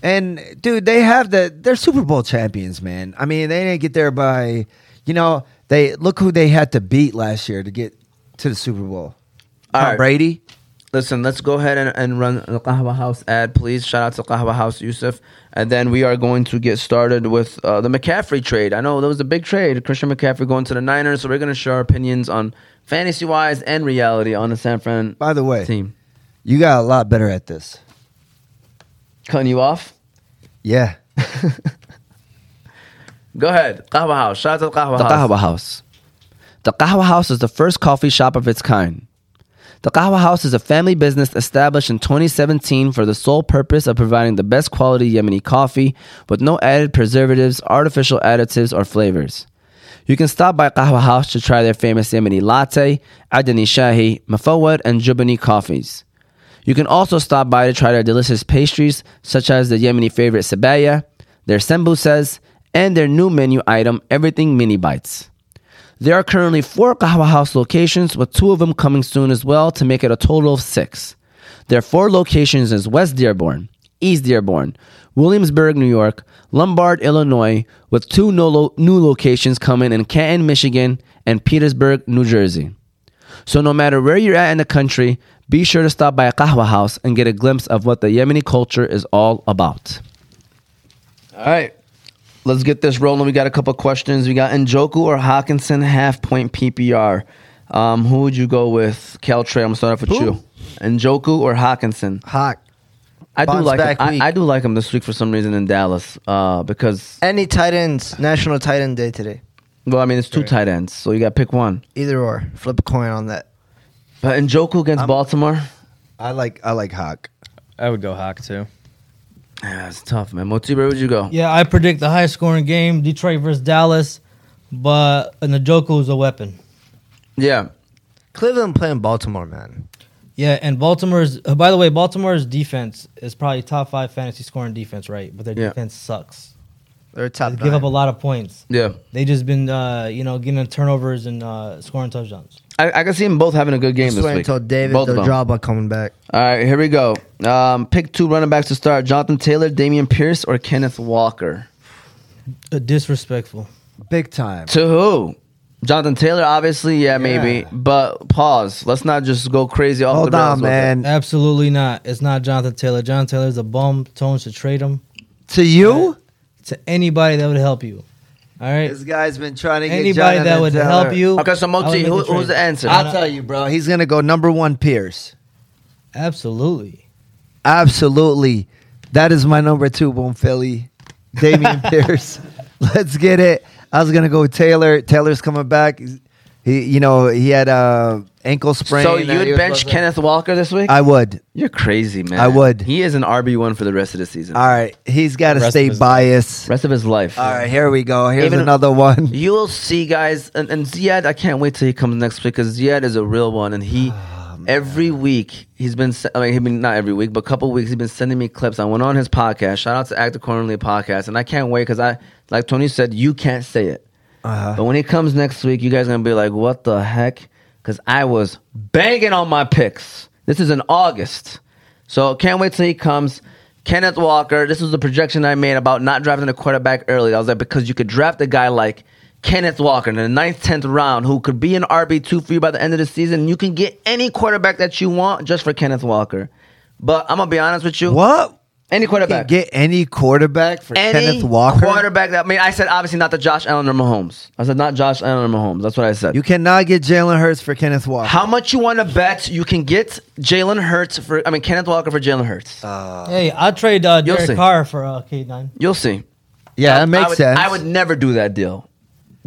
And dude, they have the they're Super Bowl champions, man. I mean, they didn't get there by, you know, they look who they had to beat last year to get to the Super Bowl. All Tom right. Brady. Listen, let's go ahead and, and run the Qahwa House ad, please. Shout out to Qahwa House Yusuf. And then we are going to get started with uh, the McCaffrey trade. I know that was a big trade. Christian McCaffrey going to the Niners. So we're going to share our opinions on fantasy wise and reality on the San Fran By the way, team. you got a lot better at this. Cutting you off? Yeah. Go ahead. Qahwa House. Shout out to Qahwa The House. Qahwa House. The Qahwa House is the first coffee shop of its kind. The Qahwa House is a family business established in 2017 for the sole purpose of providing the best quality Yemeni coffee with no added preservatives, artificial additives, or flavors. You can stop by Qahwa House to try their famous Yemeni latte, Adani Shahi, Mafawad, and Jubani coffees. You can also stop by to try their delicious pastries, such as the Yemeni favorite sebaya, their sembusas, and their new menu item, Everything Mini Bites. There are currently four Kahwa House locations, with two of them coming soon as well to make it a total of six. Their four locations is West Dearborn, East Dearborn, Williamsburg, New York, Lombard, Illinois, with two no lo- new locations coming in Canton, Michigan, and Petersburg, New Jersey. So no matter where you're at in the country, be sure to stop by a kahwa house and get a glimpse of what the Yemeni culture is all about. All right. Let's get this rolling. We got a couple questions. We got Njoku or Hawkinson half point PPR. Um, who would you go with? Caltrey, I'm gonna start off with you. Njoku or Hawkinson? Hawk. I do Bounce like him. back I, week. I do like him this week for some reason in Dallas uh, because Any tight ends, National Tight End Day today. well I mean it's two tight ends so you got to pick one. Either or. Flip a coin on that. But Njoku against Baltimore, I like I like Hawk. I would go Hawk too. yeah, it's tough man. Moti, where would you go? Yeah, I predict the highest scoring game, Detroit versus Dallas, but Njoku is a weapon. Yeah, Cleveland playing Baltimore, man. Yeah, and Baltimore's. uh, By the way, Baltimore's defense is probably top five fantasy scoring defense, right? But their Yeah. defense sucks. They're They top give up a lot of points. yeah. They just been, uh, you know, getting turnovers and uh, scoring touchdowns. I, I can see them both having a good game Just this wait week. until David Both of them. Dojaba coming back. All right, here we go. Um, pick two running backs to start: Jonathan Taylor, Damian Pierce, or Kenneth Walker. Uh, disrespectful. Big time. To who? Jonathan Taylor, obviously, yeah, maybe. Yeah. But pause. Let's not just go crazy off Hold the rails on, with it. man. Absolutely not. It's not Jonathan Taylor. Jonathan Taylor's a bum. Tones should trade him To you? to anybody that would help you. All right. This guy's been trying to get Anybody that Jonathan would Taylor. help you. Okay, so I would Moti, make who, a trade. who's the answer? I'll tell you, bro. He's gonna go number one Pierce. Absolutely. Absolutely. That is my number two, Boom Philly. Damian Pierce. Let's get it. I was gonna go with Taylor. Taylor's coming back. He's- He, you know, he had uh, ankle sprain. So that he you'd was bench supposed to- Kenneth Walker this week? I would. You're crazy, man. I would. He is an RB one for the rest of the season. All right, he's got to Rest stay of his- biased. Rest of his life. All right, here we go. Here's Even- another one. You'll see, guys, and, and Ziad. I can't wait till he comes next week because Ziad is a real one, and he every week he's been. se- I mean, he been not every week, but a couple weeks he's been sending me clips. I went on his podcast. Shout out to Act Accordingly podcast, and I can't wait because I, like Tony said, you can't say it. Uh-huh. But when he comes next week, you guys are gonna be like, "What the heck?" Because I was banging on my picks. This is in August, so can't wait till he comes. Kenneth Walker. This was the projection I made about not drafting a quarterback early. I was like, because you could draft a guy like Kenneth Walker in the ninth, tenth round, who could be an RB two for you by the end of the season. You can get any quarterback that you want just for Kenneth Walker. But I'm gonna be honest with you. What? Any You can quarterback. get any quarterback for Any Kenneth Walker. quarterback that I mean, I said obviously not the Josh Allen or Mahomes. I said not Josh Allen or Mahomes. That's what I said. You cannot get Jalen Hurts for Kenneth Walker. How much you want to bet you can get Jalen Hurts for? I mean Kenneth Walker for Jalen Hurts. Uh, hey, I'll trade uh, You'll Derek see. Carr for uh, K9. You'll see. yeah, I- that makes I would, sense. I would never do that deal.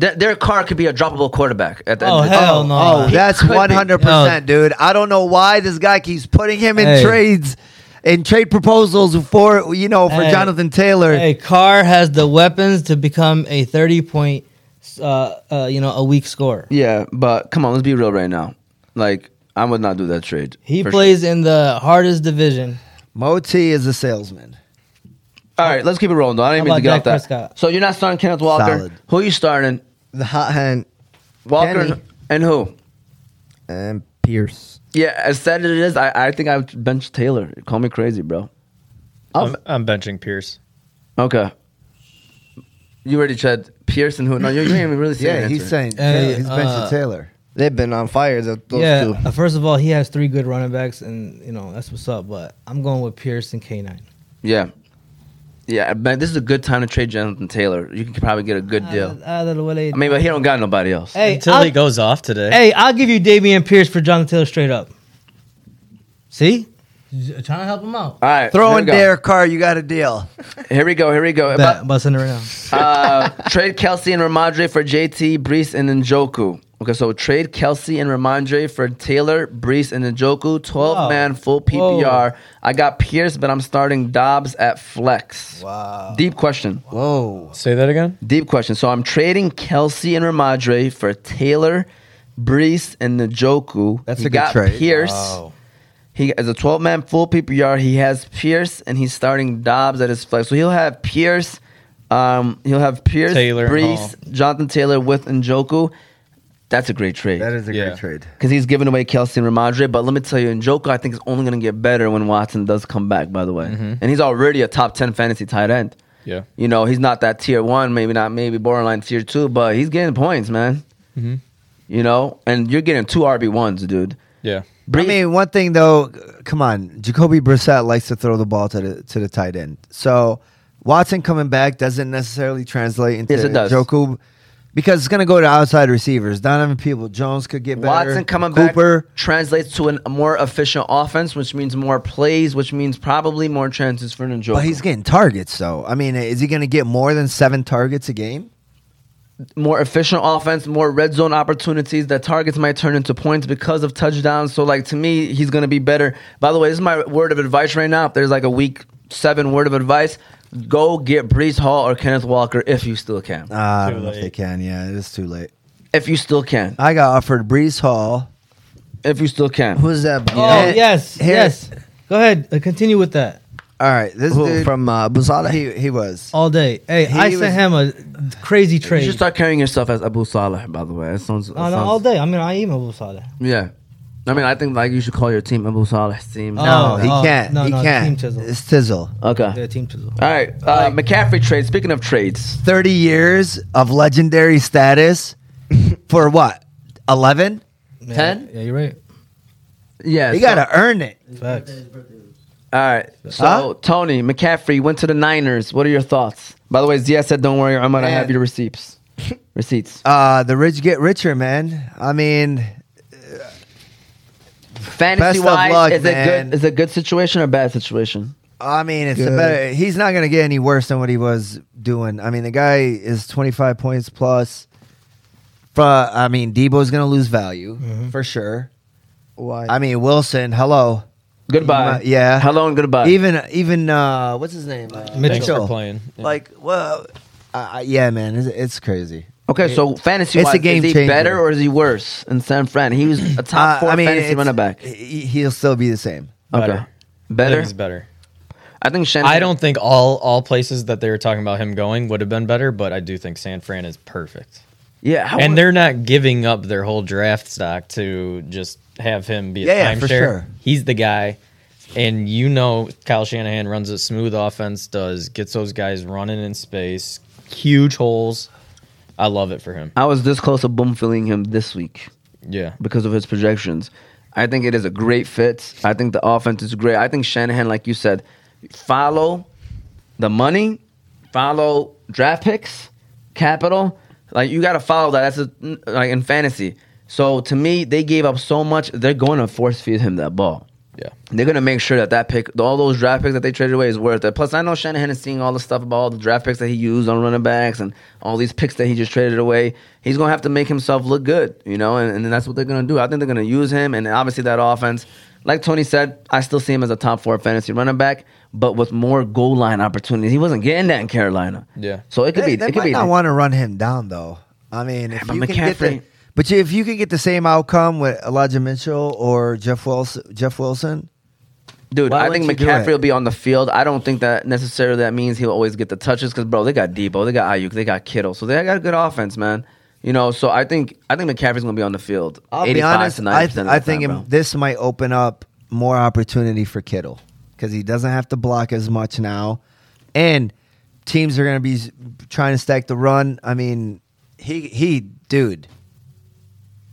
Th- their car could be a droppable quarterback at the Oh, end. of the- hell no. Oh, He that's could be. one hundred percent, dude. I don't know why this guy keeps putting him in Hey. trades. and trade proposals for you know for Hey. Jonathan Taylor. Hey, Carr has the weapons to become a thirty point, uh, uh, you know, a weak scorer. Yeah, but come on, let's be real right now. Like, I would not do that trade. He for plays in the hardest division. Moti is a salesman. sure. All right, let's keep it rolling. Though I didn't How mean to get about off that. Dak Prescott? So you're not starting Kenneth Walker. Solid. Who are you starting? The hot hand Walker Penny. and who? and Pierce. Yeah, as sad as it is, I, I think I would bench Taylor. Call me crazy, bro. Oh. I'm, I'm benching Pierce. Okay. You already said Pearson. Who? No, you, you ain't even really saying. Yeah, he's saying Hey, he's benching uh, Taylor. They've been on fire. tho- Those yeah. two. uh, First of all, he has three good running backs, and you know that's what's up. But I'm going with Pierce and K nine. Yeah, yeah. Man, this is a good time to trade Jonathan Taylor. You can probably get a good deal. Uh, I mean, but he don't got nobody else. hey, Until I'll, he goes off today. hey, I'll give you Damian Pierce for Jonathan Taylor straight up. See, J- trying to help him out. All right, Throw in here Derek Carr, you got a deal. we go. Here we go. Here we go. Bet, I'm busting it right now. uh, trade Kelsey and Ramondre for JT, Brees, and Njoku. Okay, so trade Kelsey and Ramondre for Taylor, Brees, and Njoku. 12 Wow. man full PPR. I got Pierce, but I'm starting Dobbs at flex. Wow. Deep question. Say that again. Deep question. So I'm trading Kelsey and Ramondre for Taylor, Brees, and Njoku. That's he a good got trade. Pierce. He is a 12 man full PPR. He has Pierce and he's starting Dobbs at his flex. So he'll have Pierce. Um, he'll have Pierce, Taylor and Hall. Brees, Jonathan Taylor with Njoku. That's a great trade That is a Yeah. great trade. because he's giving away Kelsey and Ramondre. But let me tell you, Njoku, I think is only going to get better when Watson does come back. By the way, Mm-hmm. and he's already a top 10 fantasy tight end. Yeah. You know, he's not that tier one, maybe not, maybe borderline tier two, but he's getting points, man. Mhm. You know, and you're getting two RB ones, dude. Yeah. I mean, one thing though, come on, Jacoby Brissett likes to throw the ball to the to the tight end. So Watson coming back doesn't necessarily translate into Yes, it does. Joku because it's going to go to outside receivers. Donovan People Jones could get better. Watson coming Cooper. back translates to an, a more efficient offense, which means more plays, which means probably more chances for Njoku. But he's getting targets, though. I mean, is he going to get more than seven targets a game? more efficient offense, more red zone opportunities that targets might turn into points because of touchdowns. So like to me, he's gonna be better. By the way, this is my word of advice right now. If there's like a week seven word of advice, go get Brees Hall or Kenneth Walker if you still can. Uh, I Too don't know if late. they can. Yeah, it is too late. If you still can. I got offered Brees Hall. If you still can. Who's that? Oh Yeah. yes, Here- yes. Go ahead, uh, continue with that All right, this Who, dude from uh, Buzada? he he was. all day. Hey, I was- sent him a crazy You should trade. start carrying yourself as Abu Salah, by the way. That sounds, that No, no, sounds- all day. I mean, I even saw that. Yeah. I mean I think like you should call your team Abu Salah's team. No, Oh, he oh, can't. no, he no, can't. team chisel. It's Tizzle. Okay. Yeah, team chisel. All right. Uh, McCaffrey trade. Speaking of trades, 30 years of legendary status for what? 11? Yeah, Ten? Yeah, you're right. yeah, You so- got to earn it. Facts. All right. So Huh? Tony McCaffrey went to the Niners. What are your thoughts? By the way, Zia said, "Don't worry, I'm gonna Man. have your receipts." receipts. Uh, the rich get richer, man. I mean, Fantasy of luck, wise, is it man. good? Is it good situation or bad situation? I mean, it's a Good. better. He's not going to get any worse than what he was doing. I mean, the guy is 25 points plus. Fro- I mean, Debo's going to lose value Mm-hmm. for sure. Why? I mean, Wilson, hello. Goodbye. Yeah. How long? Goodbye. Even even uh, what's his name? Uh, Thanks for playing. Yeah. Like, well, uh, yeah, man, it's, it's crazy. okay, so fantasy It's wise, a game is he changer. better or is he worse in San Fran? He was a top Uh, four fantasy it's- running back. He, he'll still be the same. Okay. Better. I think Better. he's better. I think Shanahan. I don't think all all places that they were talking about him going would have been better, but I do think San Fran is perfect. Yeah. How, and they're not giving up their whole draft stock to just have him be a Yeah, yeah, timeshare. for sure. He's the guy. And you know Kyle Shanahan runs a smooth offense, does gets those guys running in space, huge holes. I love it for him. I was this close to boom filling him this week. Yeah. because of his projections. I think it is a great fit. I think the offense is great. I think Shanahan, like you said, follow the money, follow draft picks, capital. Like you got to follow that. That's a, like in fantasy. So to me, they gave up so much. They're going to force feed him that ball. Yeah. They're gonna make sure that that pick, all those draft picks that they traded away, is worth it. Plus, I know Shanahan is seeing all the stuff about all the draft picks that he used on running backs and all these picks that he just traded away. He's gonna have to make himself look good, you know, and, and that's what they're gonna do. I think they're gonna use him, and obviously that offense. like Tony said, I still see him as a top four fantasy running back, but with more goal line opportunities. He wasn't getting that in Carolina. Yeah. So it could they, be. they it could might be. not want to run him down though. I mean, if but you can get the, McCaffrey- but you, if you can get the same outcome with Elijah Mitchell or Jeff Wilson, Jeff Wilson, Dude, Why I think wouldn't you do McCaffrey it? will be on the field. I don't think that necessarily that means he'll always get the touches because, bro, they got Debo, they got Ayuk, they got Kittle, so they got a good offense, man. You know, so I think I think McCaffrey's gonna be on the field. I'll 85 be honest, to 90% I, of the I think time, him- bro. this might open up more opportunity for Kittle because he doesn't have to block as much now, and teams are going to be s- trying to stack the run. I mean, he he dude,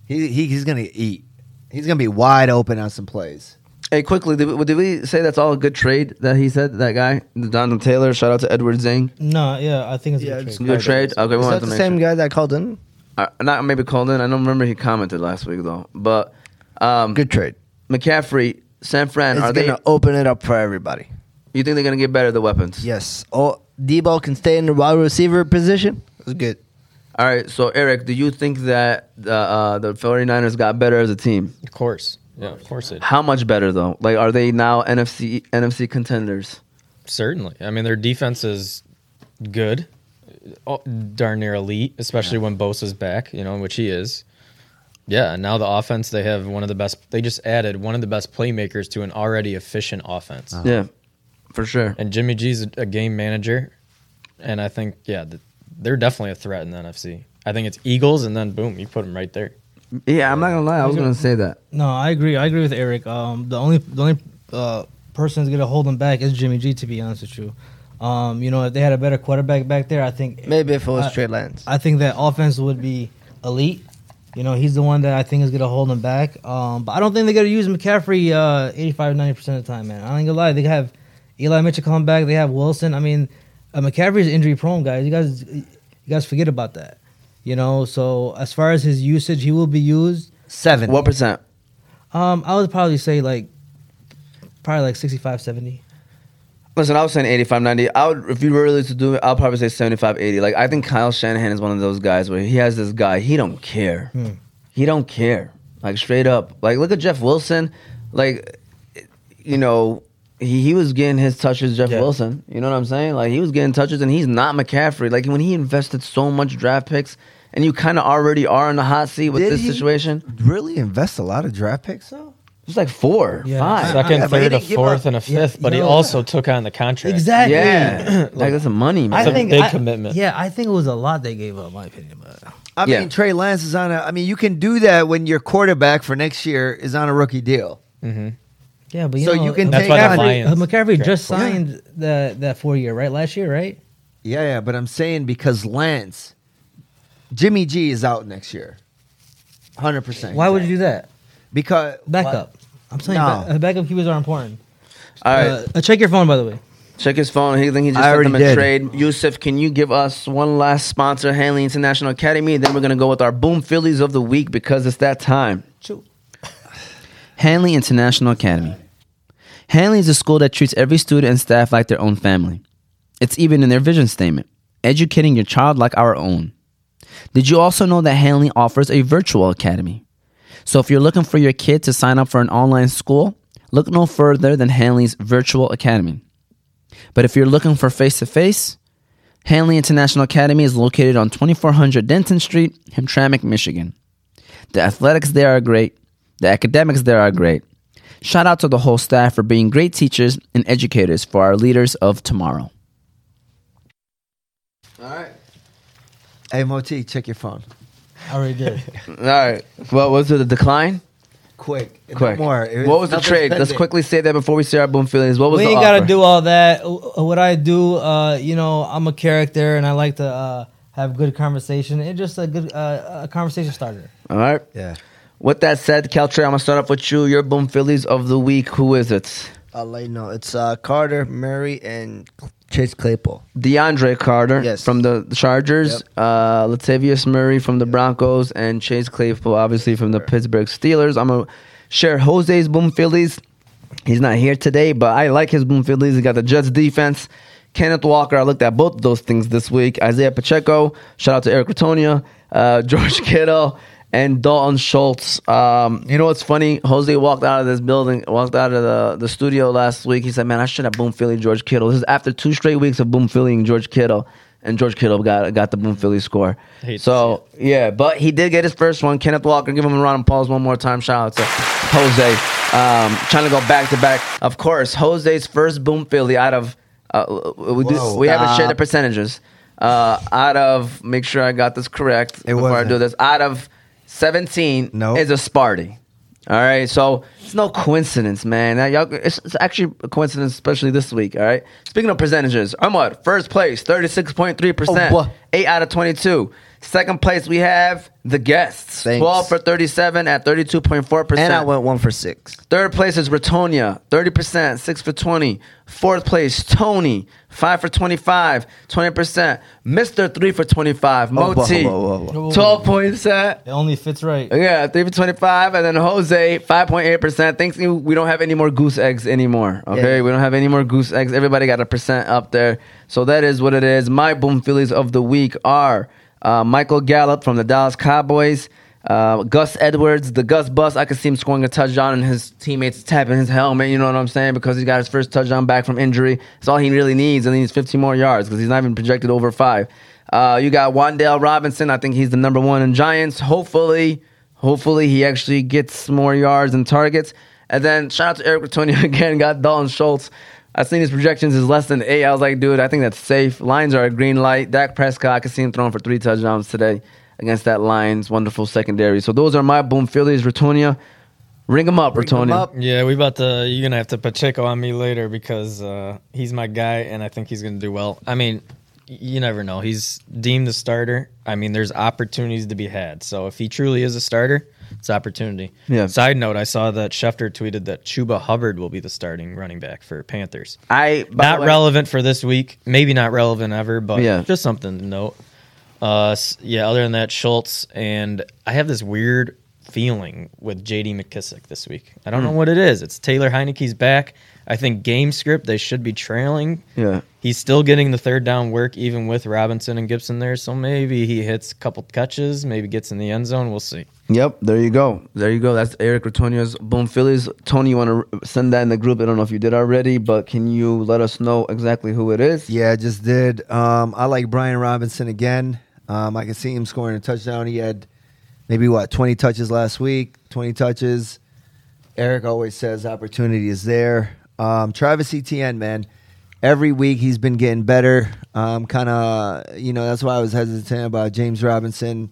he, he he's going to eat. He's going to be wide open on some plays. Hey, quickly, did, we- did we say that's all a good trade that he said? That guy, Donald Taylor. Shout out to Edward Zing. No, yeah, I think it's Yeah, a good it's trade. Good trade. Okay, we Is wanted that to the make same sure. guy that called in? Uh, not maybe Colden. I don't remember he commented last week though. But um, Good trade. McCaffrey, San Fran, It's are gonna they? open it up for everybody. You think they're gonna get better the weapons? Yes. Oh, Debo can stay in the wide receiver position. It's good. All right. So Eric, do you think that the uh, the 49ers got better as a team? Of course. Yeah, of course it. How much better though? Like, are they now NFC NFC contenders? Certainly. I mean, their defense is good, oh, darn near elite, especially when Bosa's back, you know, which he is. Yeah, and now the offense, they have one of the best, they just added one of the best playmakers to an already efficient offense. Uh-huh. Yeah, for sure. And Jimmy G's a, a game manager. And I think, yeah, th- they're definitely a threat in the NFC. I think it's Eagles, and then boom, you put them right there. Yeah, I'm not gonna lie. I was gonna say that. No, I agree. I agree with Eric. Um, the only the only uh, person that's gonna hold him back is Jimmy G. To be honest with you, um, you know, if they had a better quarterback back there, I think Maybe if it was I- Trey Lance. I think that offense would be elite. You know, he's the one that I think is gonna hold him back. Um, but I don't think they're gonna use McCaffrey uh, 85 90 percent of the time, man. I ain't gonna lie. They have Eli Mitchell come back. They have Wilson. I mean, uh, McCaffrey's injury prone, guys. You guys, you guys forget about that. You know, so as far as his usage, he will be used. Seven. What percent? Um, I would probably say like probably like 65, 70. Listen, I was saying 85, 90. I would, if you were really to do it, I'll probably say 75, 80. Like, I think Kyle Shanahan is one of those guys where he has this guy, he don't care. Hmm. He don't care. Like, straight up. Like, look at Jeff Wilson. Like, you know, he, he was getting his touches, Jeff Yeah. Wilson. You know what I'm saying? Like, he was getting touches, and he's not McCaffrey. Like, when he invested so much draft picks, and you kind of already are in the hot seat with Did this he? situation, Really invest a lot of draft picks though. it's like four, Yeah. five. Second, yeah, but he third, a didn't give fourth, up- and a yeah, fifth, but he yeah. also took on the contract. Exactly. Yeah. like, that's money, man. It's a big commitment. Yeah, I think it was a lot they gave up, in my opinion. But I Yeah. mean, Trey Lance is on a. I mean, you can do that when your quarterback for next year is on a rookie deal. Mm-hmm. yeah, but you So know, uh, you can That's take why the every- Lions- McCaffrey, McCaffrey just Yeah. signed the that four year right last year, right? Yeah, yeah, but I'm saying because Lance, Jimmy G is out next year, hundred percent. Why would you do that? Because Backup. I'm saying No. back- uh, backup keepers are important. All right. Uh, uh, check your phone, by the way. Check his phone. He think he just I sent already him a did. trade. Yusuf, can you give us one last sponsor, Hanley International Academy? Then we're gonna go with our boom Phillies of the week because it's that time. Hanley International Academy. Hanley is a school that treats every student and staff like their own family. It's even in their vision statement educating your child like our own. Did you also know that Hanley offers a virtual academy? So if you're looking for your kid to sign up for an online school, look no further than Hanley's virtual academy. But if you're looking for face to face, Hanley International Academy is located on 2400 Denton Street, Hamtramck, Michigan. The athletics there are great. The academics there are great. Shout out to the whole staff for being great teachers and educators for our leaders of tomorrow. Hey, Moti, check your phone I already did. All right. What was it? The decline? quick. no Quick. more. It- what was the nothing's trade? Let's pending. quickly say that before we say our boom Phillies. What was we the ain't gotta offer? do all that. Uh, What I do, uh, you know, I'm a character and I like to uh, have good conversation. It's just a good uh, a conversation starter. All right. Yeah. With that said, Caltrey, I'm gonna start off with you. Your boom Phillies of the week. Who is it? I'll let you know. It's uh, Carter, Murray, and Chase Claypool. DeAndre Carter Yes. from the Chargers, uh, Latavius Murray from the Broncos, and Chase Claypool, obviously from the Pittsburgh Steelers. I'm gonna share Jose's boom Phillies. He's not here today, but I like his boom Phillies. He got the Jets defense. Kenneth Walker, I looked at both of those things this week. Isaiah Pacheco, shout out to Eric Ratonia, uh, George Kittle, and Dalton Schultz. Um, you know what's funny? Jose walked out of this building, walked out of the, the studio last week. He said, "Man, I should have boom Philly George Kittle." This is after two straight weeks of boom Philly and George Kittle, and George Kittle got got the boom Philly score. Hate to So yeah, but he did get his first one. Kenneth Walker, give him a round of applause one more time. Shout out to Jose. Um, trying to go back to back. Of course, Jose's first boom Philly out of uh, we, do, we haven't shared the percentages. Uh, out of make sure I got this correct before I wasn't. do this. Out of seventeen No. is a Sparty. All right, so it's no coincidence, man. Now, y'all, it's, it's actually a coincidence, especially this week. All right. Speaking of percentages, Ahmad first place, thirty six point three percent, Oh, what? eight out of twenty two. Second place, we have the guests, Thanks. twelve for thirty seven at thirty two point four percent. And I went one for six. Third place is Ratonia, 30%, 6 for 20. Fourth place, Tony, 5 for 25, 20%. Mr. 3 for 25, Moti, Oh, whoa, whoa, whoa, 12 points at. It only fits right. Yeah, 3 for 25. And then Jose, 5.8%. Thanks, we don't have any more goose eggs anymore. Okay, Yeah. we don't have any more goose eggs. Everybody got a percent up there. So that is what it is. My boom Phillies of the week are uh, Michael Gallup from the Dallas Cowboys. Uh, Gus Edwards, the Gus Bus, I could see him scoring a touchdown and his teammates tapping his helmet. You know what I'm saying? Because he got his first touchdown back from injury. That's all he really needs, and he needs 15 more yards because he's not even projected over five. Uh, you got Wandale Robinson. I think he's the number one in Giants. Hopefully, hopefully he actually gets more yards and targets. And then shout out to Eric Antonio again. Got Dalton Schultz. I seen his projections is less than eight. I was like, dude, I think that's safe. Lions are a green light. Dak Prescott, I could see him throwing for three touchdowns today against that Lions wonderful secondary. So those are my boom Phillies. Ratonia, ring them up, Ratonia. up. Yeah, we about to. You're gonna have to Pacheco on me later because uh, he's my guy, and I think he's gonna do well. I mean, y- you never know. He's deemed the starter. I mean, there's opportunities to be had. So if he truly is a starter, it's opportunity. Yeah. Side note: I saw that Schefter tweeted that Chuba Hubbard will be the starting running back for Panthers. I by not the way- relevant for this week. Maybe not relevant ever, but Yeah. just something to note. Uh, s- yeah. Other than that, Schultz and I have this weird feeling with J.D. McKissick this week. I Hmm. don't know what it is. It's Taylor Heineke's back. I think game script they should be trailing. Yeah. He's still getting the third down work even with Robinson and Gibson there, so maybe he hits a couple catches, maybe gets in the end zone. We'll see. Yep, there you go. There you go. That's Eric Ratonio's Boom Phillies. Tony, you want to send that in the group? I don't know if you did already, but can you let us know exactly who it is? Yeah, I just did. Um, I like Brian Robinson again. Um, I can see him scoring a touchdown. He had maybe what twenty touches last week. Twenty touches. Eric always says opportunity is there. Um, Travis Etienne, man, every week he's been getting better. Um, kind of, you know, that's why I was hesitant about James Robinson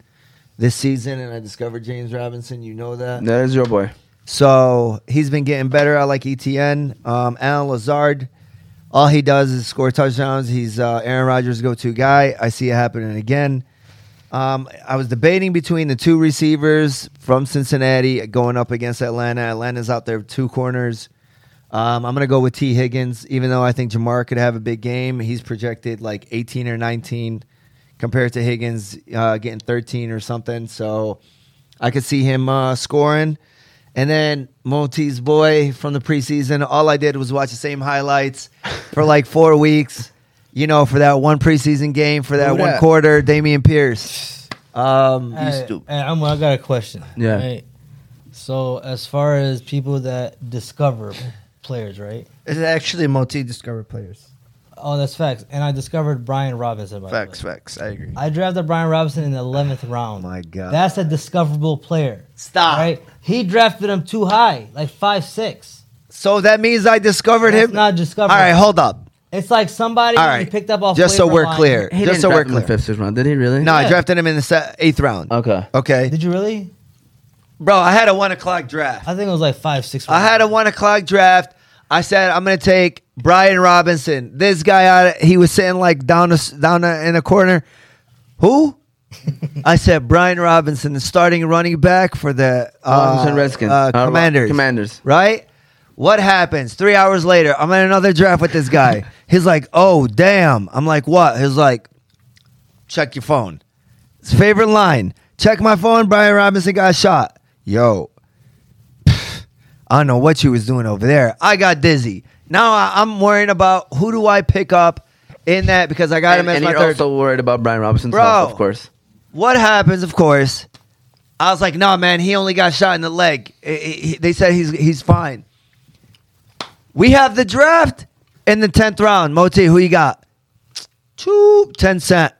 this season, and I discovered James Robinson. You know that. That is your boy. So he's been getting better. I like ETN. Um, Alan Lazard, all he does is score touchdowns. He's uh, Aaron Rodgers' go to guy. I see it happening again. Um, I was debating between the two receivers from Cincinnati going up against Atlanta. Atlanta's out there with two corners. Um, I'm going to go with T. Higgins, even though I think Jamar could have a big game. He's projected like 18 or 19 compared to Higgins uh, getting 13 or something. So I could see him uh, scoring. And then Monty's boy from the preseason, all I did was watch the same highlights for like four weeks, you know, for that one preseason game, for that Who one dat? quarter, Damian Pierce. Um, Hey, stupid. hey, I'm, I got a question. Yeah. Right? So as far as people that discover players, right? It's actually multi discovered players. Oh, that's facts. And I discovered Brian Robinson. By the way. Facts, facts. I agree. I drafted Brian Robinson in the eleventh round. Oh my God. That's a discoverable player. Stop. Right? He drafted him too high, like five six. So that means I discovered That's him. not discovered. All right, hold up. It's like somebody All you right. picked up off. Just so waiver we're wire. clear. He Just didn't so draft we're him in the clear. fifth sixth round, did he really? No, I Yeah. drafted him in the se- eighth round. Okay. Okay. Did you really? Bro, I had a one o'clock draft. I think it was like five six. I had a one o'clock draft. I said I'm gonna take Brian Robinson. This guy, out he was sitting like down the s- down the- in the corner. Who? I said Brian Robinson, the starting running back for the uh, Washington Redskins. uh, Uh, Commanders. Commanders. right? What happens? Three hours later, I'm in another draft with this guy. He's like, "Oh, damn." I'm like, "What?" He's like, "Check your phone." His favorite line: "Check my phone." Brian Robinson got shot. Yo, I don't know what you was doing over there. I got dizzy. Now I, I'm worrying about who do I pick up in that because I got And, him as and my you're third. also worried about Brian Robinson's Bro. health, of course. what happens? Of course, I was like, nah, man, he only got shot in the leg. I- I- he- they said he's he's fine. We have the draft in the tenth round. Moti, who you got? Choop, ten cent.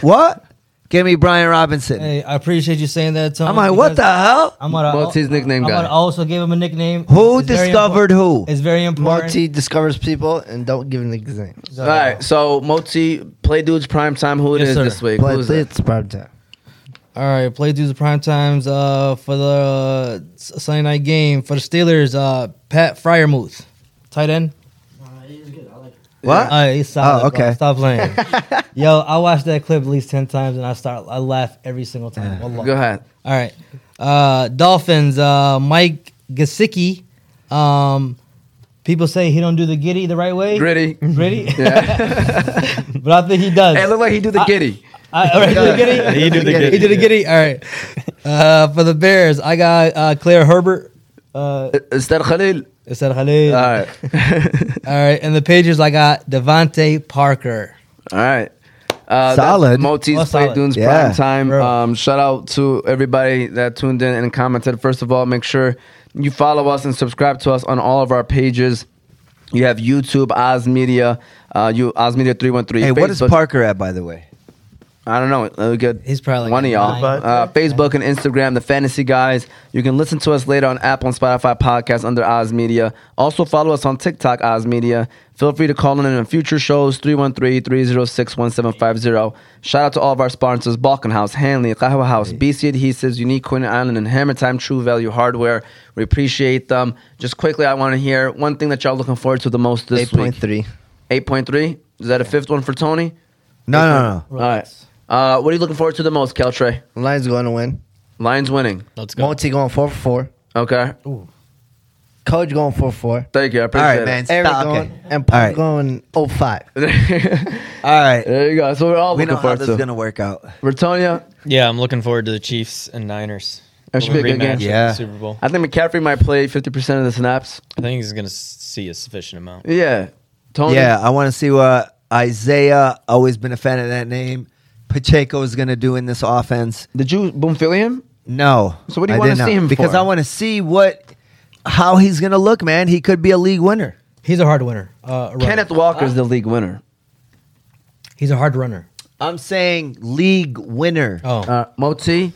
What? Give me Brian Robinson. Hey, I appreciate you saying that, Tony. I'm like, what the because hell? I'm gonna, What's his nickname, I'm guy? gonna also give him a nickname. Who It's very discovered who? impor- It's very important. Marty discovers people and don't give an exam. So, All right, so Moti, play dudes prime time. Who it is Yes, sir. this week? Play, Who's play it? it's prime time. All right, play dudes prime times uh, for the uh, S- Sunday night game for the Steelers. Uh, Pat Fryermuth, tight end. What? Uh, he's solid, Oh, bro. okay. Stop playing. Yo, I watched that clip at least ten times, and I start I laugh every single time. Wallah. Go ahead. All right, uh, Dolphins. Uh, Mike Gesicki. Um, people say he don't do the giddy the right way. Gritty. Gritty? Yeah. but I think he does. Hey, look like he do the I- giddy. I, Uh, all right, did he get it? He did the He did a giddy. All right. Uh, for the Bears, I got uh, Claire Herbert. Uh, Instead Khalil. Esther Khalil. All right. Uh, All right. And the Pages, I got Devontae Parker. All right. Uh, Solid. Motis Oh, Play solid. Dunes Yeah. Prime Time. Bro. Um, shout out to everybody that tuned in and commented. First of all, make sure you follow us and subscribe to us on all of our pages. You have YouTube, Oz Media, uh, you Oz Media three one three. Hey, what is Parker at, by the way? I don't know. It'll get He's probably one of y'all. nine. Uh, Facebook and Instagram, the Fantasy Guys. You can listen to us later on Apple and Spotify podcasts under Oz Media. Also follow us on TikTok, Oz Media. Feel free to call in in future shows 313-306-1750. Shout out to all of our sponsors: Balkan House, Hanley, Kahwa House, BC Adhesives, Unique Queen Island, and Hammer Time True Value Hardware. We appreciate them. Just quickly, I want to hear one thing that y'all looking forward to the most this week. 8.3. 8.3. Is that a fifth one for Tony? No, no, no. All right. Uh, what are you looking forward to the most, Keltray? Lions going to win. Lions winning. Let's go. Monty going 4 for 4. Okay. Coach going 4 for 4. Thank you. I All appreciate right, man. Eric Stop. going Okay. and Paul All right. going 0 5. it. All right. there you go. So we're all We know looking how forward this is to. gonna work out. Vertonia, Yeah, I'm looking forward to the Chiefs and Niners. That should be a good Rematch game. of the Yeah. Super Bowl. I think McCaffrey might play fifty percent of the snaps. I think he's gonna s- see a sufficient amount. Yeah. Tony. Yeah, I want to see what Isaiah. Always been a fan of that name. Pacheco is gonna do in this offense. Did you boomfilia him? No. So what do you I wanna did not. see him Because for? I want to see what, how he's gonna look, man. He could be a league winner. He's a hard winner. Uh, a runner. Kenneth Walker's the league winner. He's a hard runner. I'm saying league winner. Oh. Uh, Moti,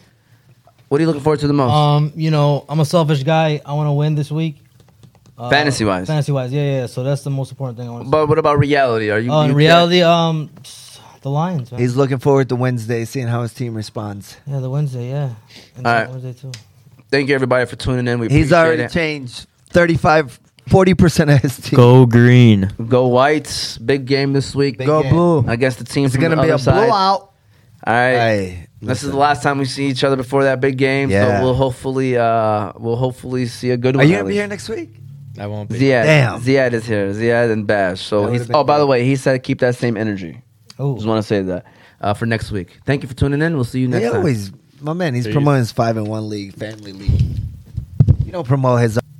what are you looking forward to the most? Um, you know, I'm a selfish guy. I want to win this week. Uh, Fantasy-wise. Fantasy wise, yeah, yeah. So that's the most important thing I want to but what about reality? Are you? uh, Oh, you in care? reality, um, the Lions, man. He's looking forward to Wednesday, seeing how his team responds. yeah, the Wednesday, yeah. And All the right. Wednesday, too. Thank you everybody for tuning in. We He's appreciate already it. changed 35, 40 percent of his team. Go green. Go Whites. Big game this week. Go game. blue. I guess the team. It's from gonna the be other a side. blowout. All right. Hey, This is the last time we see each other before that big game. Yeah. So we'll hopefully uh we'll hopefully see a good are one. you gonna at be least. here next week? I won't be. Ziad. Damn. Ziad is here. Ziad and Bash. So That he's would've been oh by good. the way, he said keep that same energy. Oh, Just want to say that. Uh, for next week. Thank you for tuning in. We'll see you next He time. always, my man. He's There you- promoting his five and one league, family league. You don't promote his.